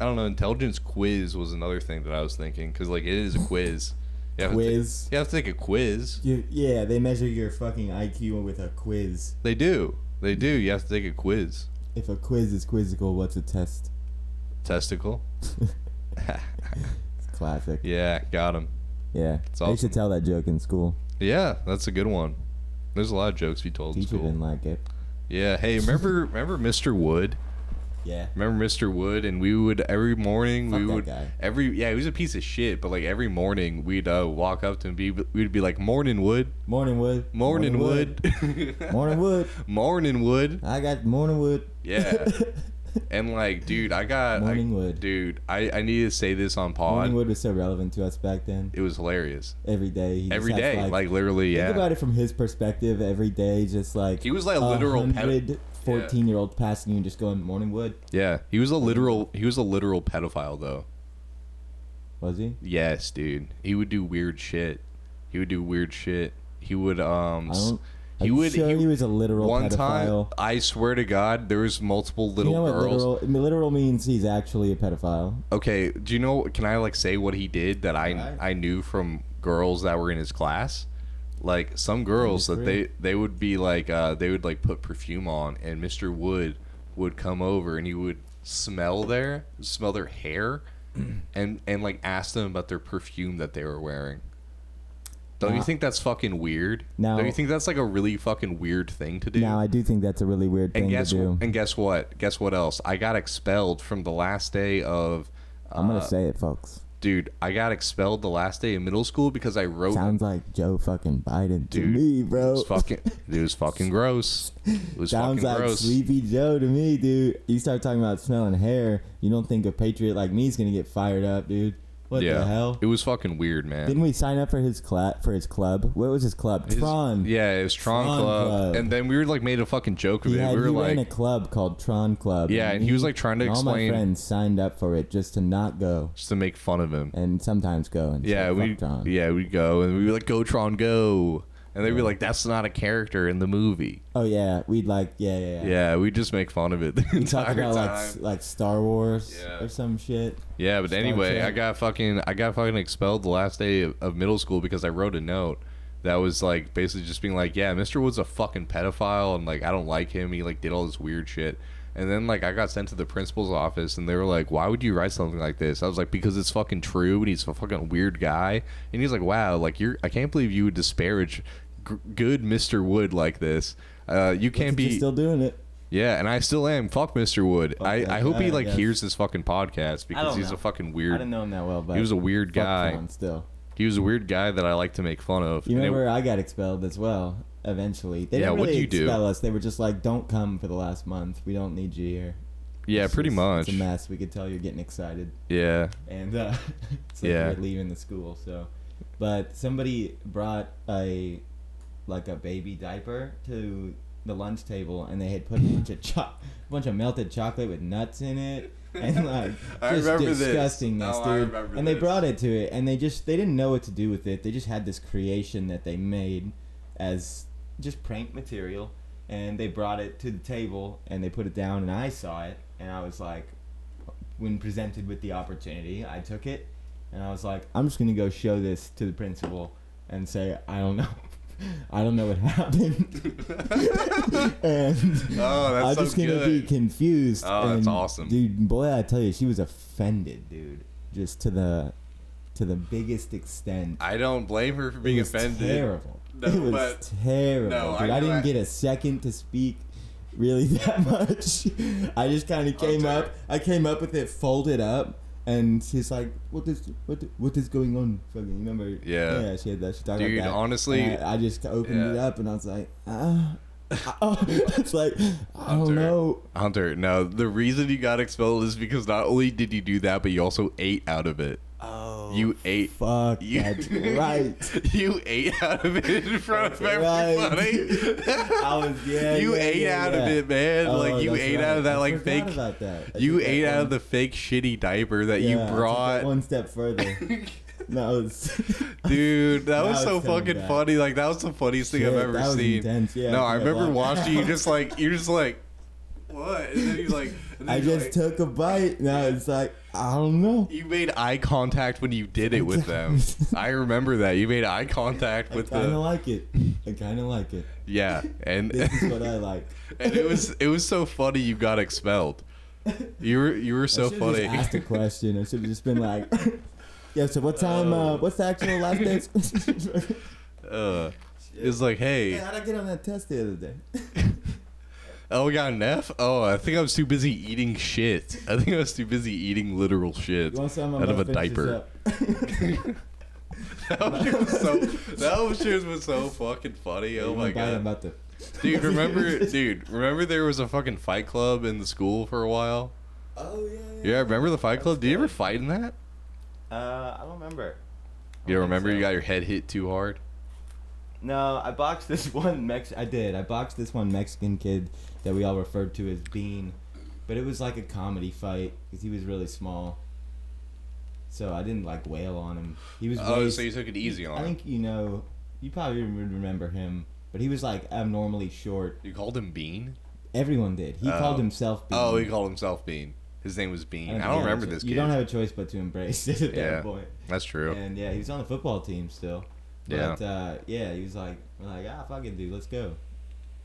Speaker 1: I don't know. Intelligence quiz was another thing that I was thinking because like it is a quiz. You have to ta-
Speaker 3: Quiz.
Speaker 1: you have to take a quiz.
Speaker 3: You, yeah, they measure your fucking IQ with a quiz.
Speaker 1: They do. They do. You have to take a quiz.
Speaker 3: If a quiz is quizzical, what's a test?
Speaker 1: Testicle.
Speaker 3: It's classic.
Speaker 1: yeah, got him.
Speaker 3: Yeah,
Speaker 1: It's
Speaker 3: they
Speaker 1: awesome.
Speaker 3: should tell that joke in school.
Speaker 1: Yeah, that's a good one. There's a lot of jokes we told in
Speaker 3: Teacher
Speaker 1: school.
Speaker 3: didn't like it.
Speaker 1: Yeah. Hey, remember remember Mr. Wood?
Speaker 3: Yeah.
Speaker 1: Remember Mr. Wood? And we would every morning
Speaker 3: Fuck
Speaker 1: we
Speaker 3: that
Speaker 1: would
Speaker 3: guy.
Speaker 1: every yeah he was a piece of shit, but like every morning we'd uh, walk up to him be we'd be like morning Wood,
Speaker 3: Morning Wood.
Speaker 1: morning Wood,
Speaker 3: Morning Wood.
Speaker 1: morning Wood.
Speaker 3: I got Morning Wood.
Speaker 1: Yeah. And like, dude, I got I-
Speaker 3: Morning Wood.
Speaker 1: Dude, I I need to say this on pod.
Speaker 3: Morning Wood was so relevant to us back then.
Speaker 1: It was hilarious.
Speaker 3: Every day. He just
Speaker 1: Every
Speaker 3: has to,
Speaker 1: day, like, literally, yeah.
Speaker 3: Think about it from his perspective. Every day, just like
Speaker 1: He was like a literal ped-
Speaker 3: fourteen year old passing you and just going Morning Wood.
Speaker 1: Yeah, he was a literal he was a literal pedophile though.
Speaker 3: Was he?
Speaker 1: Yes, dude. He would do weird shit. He would do weird shit. He would um
Speaker 3: I
Speaker 1: s-
Speaker 3: don't.
Speaker 1: he
Speaker 3: I'm
Speaker 1: would
Speaker 3: Sure, he,
Speaker 1: he,
Speaker 3: was a literal
Speaker 1: one
Speaker 3: pedophile.
Speaker 1: time I swear to god there was multiple
Speaker 3: you
Speaker 1: little
Speaker 3: know what
Speaker 1: girls.
Speaker 3: literal, literal means? He's actually a pedophile.
Speaker 1: Okay, do you know can I like say what he did that I
Speaker 3: Alright.
Speaker 1: I knew from girls that were in his class? like some girls that
Speaker 2: Disagree.
Speaker 1: they they would be like uh, they would like put perfume on, and Mr. Wood would come over and he would smell their smell their hair, and and like ask them about their perfume that they were wearing. Don't you
Speaker 3: Now-
Speaker 1: think that's fucking weird?
Speaker 3: Now-
Speaker 1: Don't you think that's like a really fucking weird thing to do?
Speaker 3: Now I do think that's a really weird
Speaker 1: and
Speaker 3: thing to
Speaker 1: guess
Speaker 3: do.
Speaker 1: and guess what? Guess what else? I got expelled from the last day of.
Speaker 3: I'm gonna
Speaker 1: uh,
Speaker 3: say it, folks.
Speaker 1: dude, I got expelled the last day of middle school because I wrote
Speaker 3: Sounds like Joe fucking Biden to
Speaker 1: oh. Dude,
Speaker 3: me,
Speaker 1: It
Speaker 3: bro.
Speaker 1: was fucking. It was fucking gross. It was
Speaker 3: Sounds
Speaker 1: fucking
Speaker 3: like
Speaker 1: gross.
Speaker 3: Sleepy Joe to me, dude. You start talking about smelling hair, you don't think a patriot like me is gonna get fired up, dude. What
Speaker 1: yeah,
Speaker 3: the hell?
Speaker 1: it was fucking weird, man.
Speaker 3: Didn't we sign up for his club? For his club? What was his club?
Speaker 1: His-
Speaker 3: Tron.
Speaker 1: Yeah, it was Tron,
Speaker 3: Tron
Speaker 1: Club.
Speaker 3: Club.
Speaker 1: and then we were like made a fucking joke of
Speaker 3: He,
Speaker 1: it.
Speaker 3: had,
Speaker 1: we were
Speaker 3: he ran a
Speaker 1: like,
Speaker 3: club called Tron Club.
Speaker 1: yeah, and he was like trying to
Speaker 3: and all my
Speaker 1: explain
Speaker 3: friends signed up for it just to not go,
Speaker 1: just to make fun of him.
Speaker 3: and sometimes go. And
Speaker 1: Yeah,
Speaker 3: say,
Speaker 1: we
Speaker 3: "Fuck Tron.
Speaker 1: yeah we go and we were like, go Tron, go, and they'd be like, that's not a character in the movie.
Speaker 3: Oh yeah, we'd like yeah yeah yeah.
Speaker 1: Yeah, we just make fun of it the
Speaker 3: We talk
Speaker 1: entire
Speaker 3: about like
Speaker 1: time.
Speaker 3: s- like Star Wars
Speaker 1: Yeah.
Speaker 3: or some shit.
Speaker 1: Yeah, but
Speaker 3: Star
Speaker 1: anyway, I
Speaker 3: Trek.
Speaker 1: got fucking I got fucking expelled the last day of, of middle school because I wrote a note that was like basically just being like, yeah, Mr. Wood's a fucking pedophile and like I don't like him. He like did all this weird shit. And then like I got sent to the principal's office and they were like, "Why would you write something like this?" I was like, "Because it's fucking true and he's a fucking weird guy." And he's like, "Wow, like you're I can't believe you would disparage g- good Mr. Wood like this. Uh, you
Speaker 3: Look
Speaker 1: can't
Speaker 3: at you
Speaker 1: be
Speaker 3: still doing it.
Speaker 1: yeah, and I still am. Fuck Mr. Wood.
Speaker 3: Fuck
Speaker 1: I,
Speaker 3: that
Speaker 1: I hope
Speaker 3: guy,
Speaker 1: he
Speaker 3: I
Speaker 1: like
Speaker 3: guess.
Speaker 1: hears this fucking podcast because
Speaker 3: don't
Speaker 1: he's
Speaker 3: know.
Speaker 1: a fucking
Speaker 3: I
Speaker 1: weird.
Speaker 3: didn't know him that well, but
Speaker 1: He was a weird
Speaker 3: fuck
Speaker 1: guy.
Speaker 3: Tron still.
Speaker 1: He was a weird guy that I like to make fun of.
Speaker 3: You
Speaker 1: And it-
Speaker 3: remember I got expelled as well. Eventually, they
Speaker 1: Yeah,
Speaker 3: didn't
Speaker 1: what'd
Speaker 3: really
Speaker 1: you do?
Speaker 3: expel us. They were just like, "Don't come for the last month. We don't need you here."
Speaker 1: yeah,
Speaker 3: It's
Speaker 1: pretty
Speaker 3: just-
Speaker 1: much.
Speaker 3: It's a mess. We could tell you're getting excited,
Speaker 1: Yeah,
Speaker 3: and uh, it's like
Speaker 1: Yeah.
Speaker 3: we're leaving the school. So, but somebody brought a like a baby diaper to the lunch table, and they had put a bunch of cho- a bunch of melted chocolate with nuts in it. And like
Speaker 1: I
Speaker 3: just
Speaker 1: remember this.
Speaker 3: disgustingness,
Speaker 1: No, I
Speaker 3: dude.
Speaker 1: remember
Speaker 3: and they
Speaker 1: this.
Speaker 3: brought it to it, and they just they didn't know what to do with it. They just had this creation that they made as just prank material, and they brought it to the table and they put it down, and I saw it, and I was like, when presented with the opportunity, I took it, and I was like, I'm just gonna go show this to the principal and say, I don't know, I don't know what happened, and
Speaker 1: Oh, that's
Speaker 3: I'm
Speaker 1: so
Speaker 3: just gonna be
Speaker 1: good.
Speaker 3: confused.
Speaker 1: Oh, that's
Speaker 3: and,
Speaker 1: awesome.
Speaker 3: dude. Boy, I tell you, she was offended, dude, just to the to the biggest extent.
Speaker 1: I don't blame her for being
Speaker 3: it was
Speaker 1: offended.
Speaker 3: Terrible.
Speaker 1: No,
Speaker 3: it was
Speaker 1: but-
Speaker 3: terrible.
Speaker 1: no, I
Speaker 3: dude, I,
Speaker 1: knew
Speaker 3: didn't
Speaker 1: I-
Speaker 3: get a second to speak really that much. I just kind of came
Speaker 1: sorry.
Speaker 3: up. I came up with it folded up. And she's like, "What is what? What is going on?" Fucking, you remember?
Speaker 1: Yeah.
Speaker 3: yeah. She had that. She talked
Speaker 1: Dude,
Speaker 3: about that.
Speaker 1: honestly-
Speaker 3: And I, I just opened it
Speaker 1: Yeah.
Speaker 3: up, and I was like, "Ah, oh, it's like "Oh, I
Speaker 1: Hunter.
Speaker 3: don't know."
Speaker 1: Hunter, no, the reason you got expelled is because not only did you do that, but you also ate out of it.
Speaker 3: Oh,
Speaker 1: You ate.
Speaker 3: fuck.
Speaker 1: You,
Speaker 3: That's right.
Speaker 1: you ate out of it in front of
Speaker 3: That's right.
Speaker 1: everybody.
Speaker 3: I was yeah.
Speaker 1: you
Speaker 3: yeah,
Speaker 1: ate
Speaker 3: yeah,
Speaker 1: out of
Speaker 3: yeah.
Speaker 1: it, man.
Speaker 3: Oh,
Speaker 1: like you
Speaker 3: that's
Speaker 1: ate
Speaker 3: right.
Speaker 1: out of that
Speaker 3: I
Speaker 1: like
Speaker 3: forgot
Speaker 1: fake.
Speaker 3: about that. I
Speaker 1: You
Speaker 3: took that
Speaker 1: ate out
Speaker 3: one-
Speaker 1: of the fake shitty diaper that
Speaker 3: yeah, I took
Speaker 1: you
Speaker 3: that
Speaker 1: brought.
Speaker 3: one step further. that was
Speaker 1: Dude, that
Speaker 3: Now
Speaker 1: was
Speaker 3: it's
Speaker 1: so
Speaker 3: coming
Speaker 1: fucking
Speaker 3: back.
Speaker 1: funny. Like that was the funniest thing
Speaker 3: Shit,
Speaker 1: I've ever
Speaker 3: that was
Speaker 1: seen.
Speaker 3: intense, yeah,
Speaker 1: no,
Speaker 3: I
Speaker 1: I
Speaker 3: forgot
Speaker 1: remember
Speaker 3: about
Speaker 1: watching you
Speaker 3: that.
Speaker 1: just like you're just like what? And then you like and then
Speaker 3: I
Speaker 1: you,
Speaker 3: just
Speaker 1: like-
Speaker 3: took a bite. Now it's like I don't know.
Speaker 1: you made eye contact when you did it with them. I remember that. You made eye contact
Speaker 3: I
Speaker 1: with
Speaker 3: kind of
Speaker 1: the
Speaker 3: like it. I kind of like it.
Speaker 1: Yeah. And
Speaker 3: This is what I like.
Speaker 1: and it was it was so funny you got expelled. You were you were so
Speaker 3: I should've
Speaker 1: funny.
Speaker 3: Just asked a question. I should have just been like, "Yeah, so what time? uh,
Speaker 1: Oh.
Speaker 3: what's the actual last date?"
Speaker 1: uh, it's like,
Speaker 3: hey,
Speaker 1: hey,
Speaker 3: how'd I get on that test the other day?
Speaker 1: oh, we got an F? Oh, I think I was too busy eating shit. I think I was too busy eating literal shit.
Speaker 3: You want some? I'm
Speaker 1: Out of
Speaker 3: gonna
Speaker 1: a
Speaker 3: finish this
Speaker 1: diaper.
Speaker 3: up.
Speaker 1: That shit was so. That shit was so fucking funny. Oh
Speaker 3: You
Speaker 1: my
Speaker 3: wanna bite? I'm
Speaker 1: god,
Speaker 3: about to.
Speaker 1: dude! Remember, dude? Remember there was a fucking fight club in the school for a while.
Speaker 3: Oh yeah.
Speaker 1: Yeah, remember the fight club? Did you ever fight in that?
Speaker 2: Uh, I don't remember.
Speaker 1: You remember you got your head hit too hard?
Speaker 2: No, I boxed this one Mexican.
Speaker 3: Mex- I did. I boxed this one Mexican kid that we all referred to as Bean, but it was like a comedy fight because he was really small. So I didn't like wail on him. He was.
Speaker 1: Oh,
Speaker 3: way-
Speaker 1: so you took it easy
Speaker 3: I
Speaker 1: on him.
Speaker 3: think you know. You probably would remember him, but he was like abnormally short.
Speaker 1: You called him Bean?
Speaker 3: Everyone did. He
Speaker 1: Oh.
Speaker 3: called himself. Bean.
Speaker 1: Oh, he called himself Bean. His name was Bean. I
Speaker 3: think
Speaker 1: don't,
Speaker 3: you have a
Speaker 1: remember
Speaker 3: cho-
Speaker 1: this
Speaker 3: You
Speaker 1: kid.
Speaker 3: don't have a choice but to embrace it at
Speaker 1: Yeah.
Speaker 3: that point.
Speaker 1: That's true.
Speaker 3: And yeah, he was on the football team still.
Speaker 1: Yeah.
Speaker 3: But, uh, yeah, he was like, we're like, ah, fucking dude, let's go.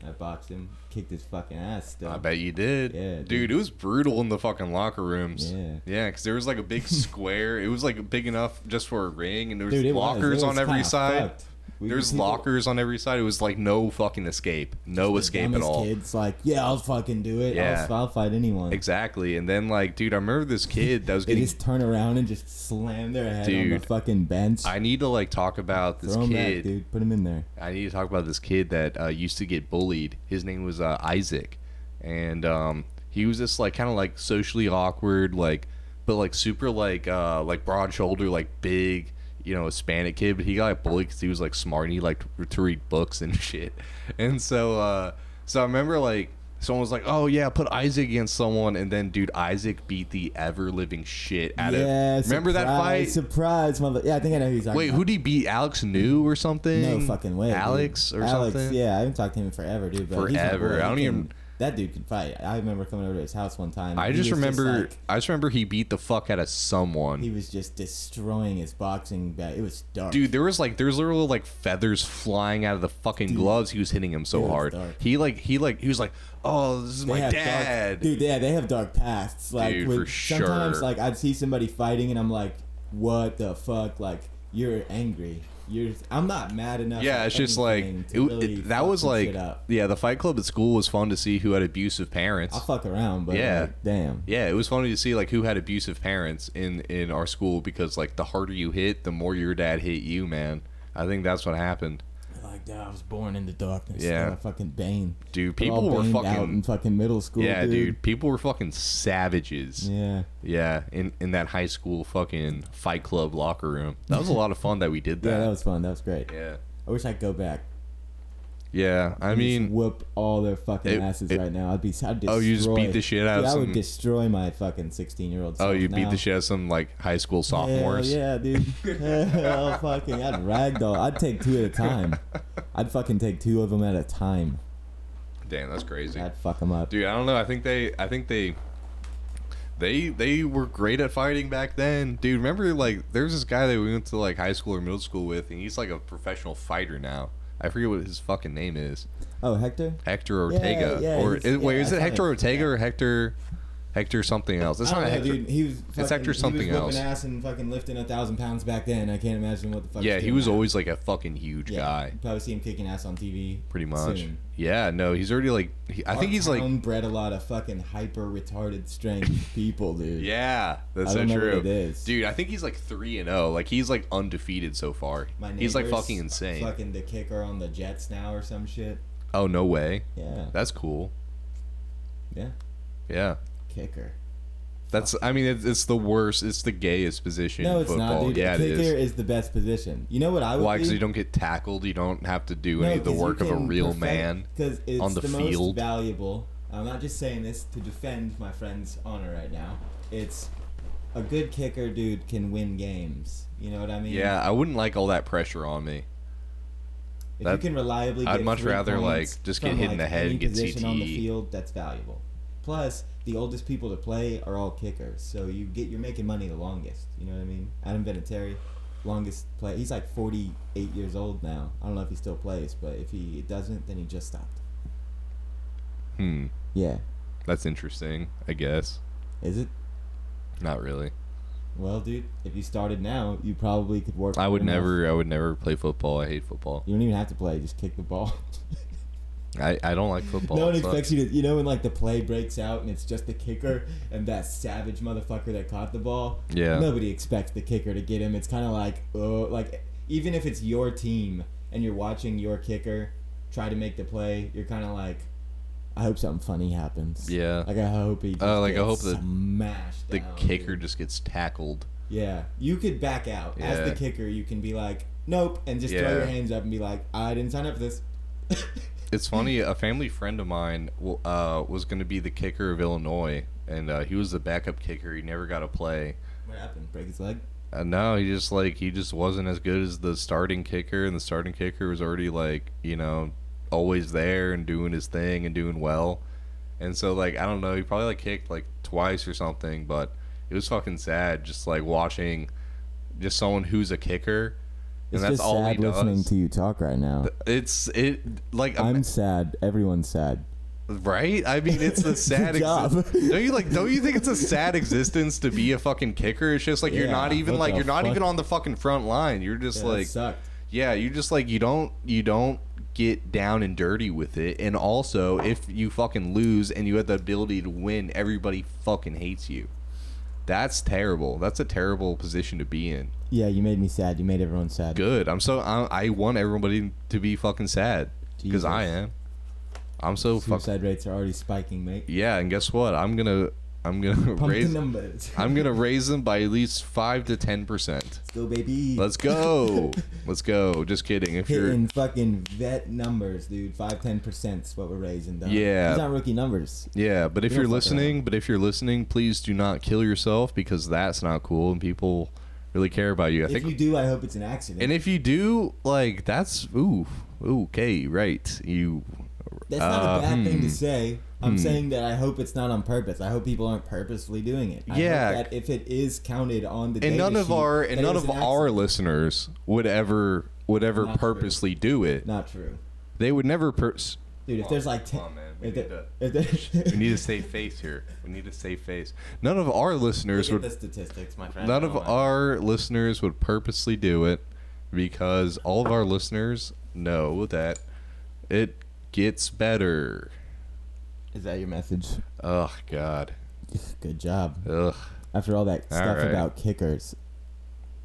Speaker 3: I boxed him, kicked his fucking ass still.
Speaker 1: I bet you did.
Speaker 3: Yeah,
Speaker 1: dude.
Speaker 3: dude.
Speaker 1: it was brutal in the fucking locker rooms.
Speaker 3: Yeah.
Speaker 1: Yeah, because there was like a big square. it was like big enough just for a ring, and there was
Speaker 3: Dude, it was-
Speaker 1: lockers
Speaker 3: it was
Speaker 1: on every
Speaker 3: kinda
Speaker 1: side.
Speaker 3: fucked. We-
Speaker 1: There's
Speaker 3: people-
Speaker 1: lockers on every side. It was like no fucking escape, no escape at
Speaker 3: dumbest
Speaker 1: all.
Speaker 3: Kids like, yeah, I'll fucking do it.
Speaker 1: Yeah.
Speaker 3: I'll, I'll fight anyone.
Speaker 1: Exactly. And then like, dude, I remember this kid that was
Speaker 3: They
Speaker 1: getting.
Speaker 3: just turn around and just slam their head on
Speaker 1: Dude.
Speaker 3: the fucking bench.
Speaker 1: I need to like talk about this
Speaker 3: Throw him
Speaker 1: kid.
Speaker 3: back, dude. Put him in there.
Speaker 1: I need to talk about this kid that uh, used to get bullied. His name was uh, Isaac, and um, he was this like kind of like socially awkward, like but like super like uh, like broad shoulder, like big, you know, Hispanic kid. But he got like, bullied because he was like smart and he liked to read books and shit. And so, uh, so I remember like someone was like, "Oh yeah, put Isaac against someone," and then dude, Isaac beat the ever living shit out
Speaker 3: yeah,
Speaker 1: of. Remember that
Speaker 3: surprise,
Speaker 1: fight?
Speaker 3: Surprise, mother. Yeah, I think I know who he's talking
Speaker 1: Wait,
Speaker 3: about.
Speaker 1: who did he beat? Alex New or something?
Speaker 3: No fucking way. dude.
Speaker 1: Alex or
Speaker 3: Alex,
Speaker 1: something.
Speaker 3: Yeah, I haven't talked to him in forever, dude. But he's my
Speaker 1: Forever.
Speaker 3: boy.
Speaker 1: I
Speaker 3: He
Speaker 1: don't
Speaker 3: can-
Speaker 1: even-
Speaker 3: That dude can fight. I remember coming over to his house one time.
Speaker 1: I
Speaker 3: He
Speaker 1: just
Speaker 3: was
Speaker 1: remember,
Speaker 3: like-
Speaker 1: I just remember he beat the fuck out of someone.
Speaker 3: he was just destroying his boxing bag. It was dark.
Speaker 1: Dude, there was like, there was literally like feathers flying out of the fucking gloves. He was hitting him so
Speaker 3: Dude, it was
Speaker 1: hard.
Speaker 3: dark.
Speaker 1: He like, he like, he was like, oh, this is my
Speaker 3: have
Speaker 1: dad.
Speaker 3: Dark, dude, yeah, they have dark pasts. Like
Speaker 1: Dude,
Speaker 3: when-
Speaker 1: for sure.
Speaker 3: sometimes like I'd see somebody fighting and I'm like, what the fuck? Like you're angry. You're I'm not mad enough.
Speaker 1: yeah,
Speaker 3: at
Speaker 1: it's just like
Speaker 3: anything
Speaker 1: it,
Speaker 3: to really
Speaker 1: it- that was
Speaker 3: fuck some
Speaker 1: like,
Speaker 3: shit up.
Speaker 1: yeah, the Fight Club at school was fun to see who had abusive parents.
Speaker 3: I'll fuck around, but
Speaker 1: Yeah.
Speaker 3: like, damn.
Speaker 1: Yeah, it was funny to see like who had abusive parents in in our school because like the harder you hit, the more your dad hit you, man. I think that's what happened.
Speaker 3: Like, dude, I was born in the darkness.
Speaker 1: Yeah.
Speaker 3: I'm a fucking Bane.
Speaker 1: Dude,
Speaker 3: We're all
Speaker 1: people were
Speaker 3: Baned out
Speaker 1: fucking
Speaker 3: in fucking middle school.
Speaker 1: Yeah, dude.
Speaker 3: dude.
Speaker 1: people were fucking savages. Yeah.
Speaker 3: Yeah.
Speaker 1: in in that high school fucking fight club locker room. That was a lot of fun that we did
Speaker 3: Yeah, that
Speaker 1: that.
Speaker 3: was fun. That was great.
Speaker 1: Yeah.
Speaker 3: I wish I'd go back.
Speaker 1: Yeah, I
Speaker 3: I'd just
Speaker 1: mean,
Speaker 3: whoop all their fucking
Speaker 1: it-
Speaker 3: asses
Speaker 1: it-
Speaker 3: right now. I'd be. I'd destroy,
Speaker 1: Oh, you just beat the shit out
Speaker 3: Dude,
Speaker 1: of
Speaker 3: I would
Speaker 1: some-
Speaker 3: destroy my fucking sixteen-year-old.
Speaker 1: oh,
Speaker 3: self
Speaker 1: you beat
Speaker 3: now.
Speaker 1: the shit out of some like high school sophomores.
Speaker 3: Hell yeah, dude. Hell fucking, I'd ragdoll. I'd take two at a time. I'd fucking take two of them at a time.
Speaker 1: Damn, that's crazy.
Speaker 3: I'd fuck them up.
Speaker 1: Dude, I don't know. I think they I think they they they were great at fighting back then. Dude, remember like there was this guy that we went to like high school or middle school with and he's like a professional fighter now. I forget what his fucking name is.
Speaker 3: Oh, Hector?
Speaker 1: Hector
Speaker 3: Yeah,
Speaker 1: Ortega.
Speaker 3: yeah,
Speaker 1: or
Speaker 3: he's-
Speaker 1: is, wait,
Speaker 3: yeah,
Speaker 1: is
Speaker 3: I
Speaker 1: it
Speaker 3: saw
Speaker 1: Hector
Speaker 3: him.
Speaker 1: Ortega or Hector Hector something else? It's
Speaker 3: I
Speaker 1: not
Speaker 3: don't know,
Speaker 1: Hector.
Speaker 3: dude. He was fucking,
Speaker 1: Hector something
Speaker 3: he was whooping
Speaker 1: else.
Speaker 3: ass and fucking lifting a thousand pounds back then. I can't imagine what the fuck.
Speaker 1: Yeah,
Speaker 3: he's
Speaker 1: he
Speaker 3: doing
Speaker 1: was
Speaker 3: now.
Speaker 1: always like a fucking huge
Speaker 3: Yeah,
Speaker 1: guy,
Speaker 3: you probably see him kicking ass on TV.
Speaker 1: pretty much.
Speaker 3: soon.
Speaker 1: Yeah, no, he's already like he, I
Speaker 3: Our
Speaker 1: think he's like
Speaker 3: town bred a lot of fucking hyper retarded strength people, dude.
Speaker 1: yeah, that's
Speaker 3: I
Speaker 1: so
Speaker 3: don't know
Speaker 1: true.
Speaker 3: what it is.
Speaker 1: Dude, I think he's like 3 and 0. Like he's like undefeated so far.
Speaker 3: My
Speaker 1: He's like
Speaker 3: neighbor's
Speaker 1: fucking insane.
Speaker 3: Fucking the kicker on the Jets now or some shit.
Speaker 1: Oh, no way.
Speaker 3: Yeah,
Speaker 1: That's cool.
Speaker 3: yeah,
Speaker 1: Yeah.
Speaker 3: kicker.
Speaker 1: That's I mean it's, it's the worst. It's the gayest position
Speaker 3: No,
Speaker 1: in
Speaker 3: it's
Speaker 1: football.
Speaker 3: not, dude.
Speaker 1: Yeah, it
Speaker 3: kicker
Speaker 1: is.
Speaker 3: is the best position. You know what I would
Speaker 1: Why?
Speaker 3: do?
Speaker 1: Because you don't get tackled. You don't have to do any of the work of a real man.
Speaker 3: Because it's
Speaker 1: on the
Speaker 3: the
Speaker 1: field.
Speaker 3: most valuable. I'm not just saying this to defend my friend's honor right now. It's a good kicker, dude, can win games. You know what I mean?
Speaker 1: Yeah, I wouldn't like all that pressure on me.
Speaker 3: If
Speaker 1: That-
Speaker 3: you can reliably,
Speaker 1: I'd
Speaker 3: get
Speaker 1: much
Speaker 3: three
Speaker 1: rather,
Speaker 3: points
Speaker 1: like, just get
Speaker 3: from,
Speaker 1: hit in the
Speaker 3: like,
Speaker 1: head and
Speaker 3: any
Speaker 1: get E.
Speaker 3: position on the
Speaker 1: CTE.
Speaker 3: field. That's valuable. Plus, the oldest people to play are all kickers, so you get you're making money the longest. You know what I mean? Adam Vinatieri, longest play. He's like 48 years old now. I don't know if he still plays, but if he doesn't, then he just stopped.
Speaker 1: Hmm,
Speaker 3: Yeah,
Speaker 1: that's interesting. I guess
Speaker 3: is it?
Speaker 1: not really.
Speaker 3: Well, dude, if you started now, you probably could work.
Speaker 1: I would
Speaker 3: hard enough.
Speaker 1: never. I would never play football. I hate football.
Speaker 3: You don't even have to play. Just kick the ball.
Speaker 1: I, I don't like football.
Speaker 3: No one
Speaker 1: It sucks.
Speaker 3: expects you to, you know, when like the play breaks out and it's just the kicker and that savage motherfucker that caught the ball.
Speaker 1: Yeah.
Speaker 3: Nobody expects the kicker to get him. It's kind of like, oh, like even if it's your team and you're watching your kicker try to make the play, you're kind of like, I hope something funny happens.
Speaker 1: Yeah.
Speaker 3: Like I hope he. Just
Speaker 1: Uh, like, I
Speaker 3: gets
Speaker 1: hope the-
Speaker 3: smashed.
Speaker 1: the
Speaker 3: down,
Speaker 1: kicker
Speaker 3: dude.
Speaker 1: just gets tackled.
Speaker 3: Yeah, you could back out as
Speaker 1: Yeah.
Speaker 3: the kicker. You can be like, nope, and just
Speaker 1: Yeah.
Speaker 3: throw your hands up and be like, I didn't sign up for this.
Speaker 1: It's funny. A family friend of mine w- uh, was going to be the kicker of Illinois, and uh, he was the backup kicker. He never got a play.
Speaker 3: what happened? Break his leg.
Speaker 1: Uh, no, he just like he just wasn't as good as the starting kicker, and the starting kicker was already like you know always there and doing his thing and doing well, and so like I don't know, he probably like kicked like twice or something, but it was fucking sad just like watching just someone who's a kicker
Speaker 3: It's
Speaker 1: that's
Speaker 3: just
Speaker 1: all
Speaker 3: sad
Speaker 1: he does.
Speaker 3: listening to you talk right now.
Speaker 1: It's it like
Speaker 3: I'm sad. Everyone's sad.
Speaker 1: Right? I mean, it's the sad.
Speaker 3: job.
Speaker 1: exi- don't you like? Don't you think it's a sad existence to be a fucking kicker? It's just like you're
Speaker 3: Yeah,
Speaker 1: not even
Speaker 3: what
Speaker 1: like
Speaker 3: the
Speaker 1: you're not
Speaker 3: fuck?
Speaker 1: even on the fucking front line. You're just like,
Speaker 3: sucked.
Speaker 1: yeah, you're just like you don't you don't get down and dirty with it. And also, if you fucking lose and you have the ability to win, everybody fucking hates you. That's terrible. That's a terrible position to be in.
Speaker 3: Yeah, you made me sad. You made everyone sad.
Speaker 1: Good. I'm so I, I want everybody to be fucking sad because
Speaker 3: Jesus.
Speaker 1: I am. I'm so fucking.
Speaker 3: Suicide rates are already spiking, mate.
Speaker 1: Yeah, and guess what? I'm gonna I'm gonna
Speaker 3: Pump
Speaker 1: raise
Speaker 3: the numbers.
Speaker 1: I'm gonna raise them by at least five to ten percent.
Speaker 3: Let's go, baby.
Speaker 1: Let's go. Let's go. Just kidding. If you're
Speaker 3: Hitting fucking vet numbers, dude. Five, ten percent's what we're raising. Dog.
Speaker 1: Yeah.
Speaker 3: These aren't rookie numbers.
Speaker 1: yeah, but if
Speaker 3: We
Speaker 1: you're
Speaker 3: don't fuck
Speaker 1: listening, but if you're listening, please do not kill yourself because that's not cool and people really care about you. I
Speaker 3: if
Speaker 1: think
Speaker 3: you do, I hope it's an accident.
Speaker 1: and if you do, like that's ooh, ooh, okay, right. You
Speaker 3: That's not
Speaker 1: uh,
Speaker 3: a bad thing
Speaker 1: hmm.
Speaker 3: to say. I'm saying that I hope it's not on purpose. I hope people aren't purposely doing it. I hope
Speaker 1: Yeah.
Speaker 3: that if it is counted on the
Speaker 1: and
Speaker 3: data
Speaker 1: none of
Speaker 3: sheet,
Speaker 1: our
Speaker 3: that
Speaker 1: and
Speaker 3: it
Speaker 1: none
Speaker 3: was
Speaker 1: of
Speaker 3: an
Speaker 1: our
Speaker 3: accident.
Speaker 1: listeners would ever would ever
Speaker 3: Not true.
Speaker 1: purposely do it.
Speaker 3: Not true,
Speaker 1: They would never pers-
Speaker 3: dude. If there's like ten,
Speaker 1: Come on, man. We
Speaker 3: if
Speaker 1: need
Speaker 3: there-
Speaker 1: to-
Speaker 3: if there-
Speaker 1: We need to save face here. We need to save face. None of our
Speaker 3: Look
Speaker 1: listeners
Speaker 3: at the
Speaker 1: would
Speaker 3: statistics, my friend.
Speaker 1: none
Speaker 3: Oh
Speaker 1: of
Speaker 3: my-
Speaker 1: our listeners would purposely do it because all of our listeners know that it gets better.
Speaker 3: Is that your message?
Speaker 1: Ugh God.
Speaker 3: Good job.
Speaker 1: Ugh.
Speaker 3: After all that stuff
Speaker 1: right.
Speaker 3: about kickers.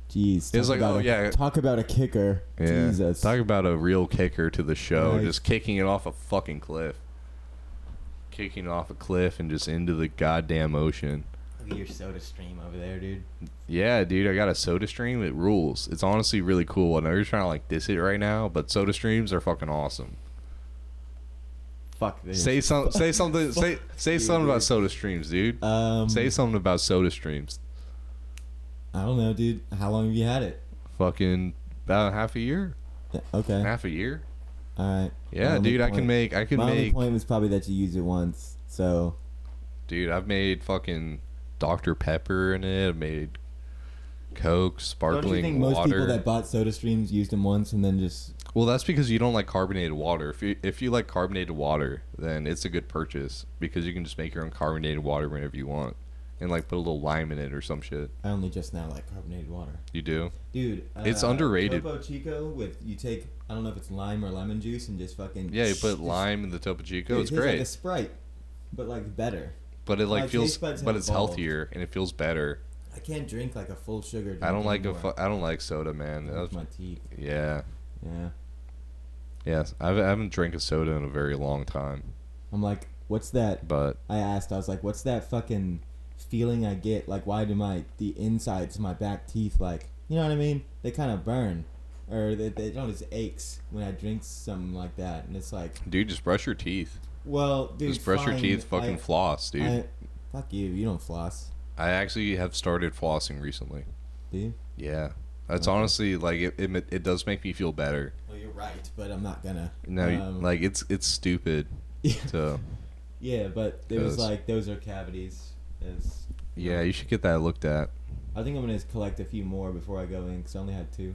Speaker 3: Jeez.
Speaker 1: It's
Speaker 3: talk
Speaker 1: like,
Speaker 3: about
Speaker 1: oh,
Speaker 3: a,
Speaker 1: yeah.
Speaker 3: Talk about a kicker.
Speaker 1: Yeah.
Speaker 3: Jesus.
Speaker 1: Talk about a real kicker to the show.
Speaker 3: Nice.
Speaker 1: Just kicking it off a fucking cliff. Kicking it off a cliff and just into the goddamn ocean.
Speaker 3: Look at your soda stream over there, dude.
Speaker 1: Yeah, dude, I got a soda stream. It rules. It's honestly really cool. I know you're trying to like diss it right now, but soda streams are fucking awesome.
Speaker 3: Fuck this.
Speaker 1: Say some say something say say
Speaker 3: Dude,
Speaker 1: something about
Speaker 3: dude.
Speaker 1: soda streams, dude.
Speaker 3: um,
Speaker 1: Say something about soda streams.
Speaker 3: I don't know, dude. How long have you had it?
Speaker 1: Fucking about half a year?
Speaker 3: Yeah, Okay.
Speaker 1: Half a year?
Speaker 3: All right. My
Speaker 1: Yeah,
Speaker 3: only
Speaker 1: dude, I can
Speaker 3: point-
Speaker 1: make I can
Speaker 3: My only
Speaker 1: make
Speaker 3: point was probably that you used it once. So
Speaker 1: dude, I've made fucking Dr. Pepper in it, I've made Coke,
Speaker 3: don't you think
Speaker 1: sparkling
Speaker 3: most people
Speaker 1: water.
Speaker 3: that bought soda streams used them once and then just
Speaker 1: Well, that's because you don't like carbonated water. If you if you like carbonated water, then it's a good purchase because you can just make your own carbonated water whenever you want, and like put a little lime in it or some shit.
Speaker 3: I only just now like carbonated water.
Speaker 1: You do.
Speaker 3: Dude, uh,
Speaker 1: It's underrated.
Speaker 3: Topo Chico with you take I don't know if it's lime or lemon juice and just fucking
Speaker 1: Yeah, you put
Speaker 3: just-
Speaker 1: lime in the Topo Chico.
Speaker 3: Dude,
Speaker 1: it's
Speaker 3: it tastes
Speaker 1: great,
Speaker 3: Like a Sprite, but like better.
Speaker 1: but it
Speaker 3: my
Speaker 1: like
Speaker 3: taste
Speaker 1: feels,
Speaker 3: buds have
Speaker 1: but it's
Speaker 3: evolved.
Speaker 1: healthier and it feels better.
Speaker 3: I can't drink like a full sugar. Drink
Speaker 1: I don't like a
Speaker 3: anymore.
Speaker 1: fu- I don't like soda, man.
Speaker 3: With
Speaker 1: That's-
Speaker 3: my teeth.
Speaker 1: yeah,
Speaker 3: Yeah,
Speaker 1: yes. I've, I haven't drank a soda in a very long time,
Speaker 3: I'm like, what's that?
Speaker 1: but
Speaker 3: I asked. I was like, what's that fucking feeling I get? Like, why do my the insides of my back teeth like, you know what I mean? They kind of burn, or they they don't just aches when I drink something like that. And it's like,
Speaker 1: dude, just brush your teeth.
Speaker 3: well, dude,
Speaker 1: just brush your
Speaker 3: fine,
Speaker 1: teeth, fucking
Speaker 3: I-
Speaker 1: floss, dude.
Speaker 3: I- fuck you. You don't floss,
Speaker 1: I actually have started flossing recently.
Speaker 3: do you?
Speaker 1: Yeah, that's honestly like it, it. It does make me feel better.
Speaker 3: Well, you're right, but I'm not gonna.
Speaker 1: No,
Speaker 3: Um,
Speaker 1: like it's it's stupid. So
Speaker 3: Yeah, but it was
Speaker 1: Those.
Speaker 3: like those are cavities. It's,
Speaker 1: yeah, you should get that looked at.
Speaker 3: I think I'm gonna just collect a few more before I go in because I only had two.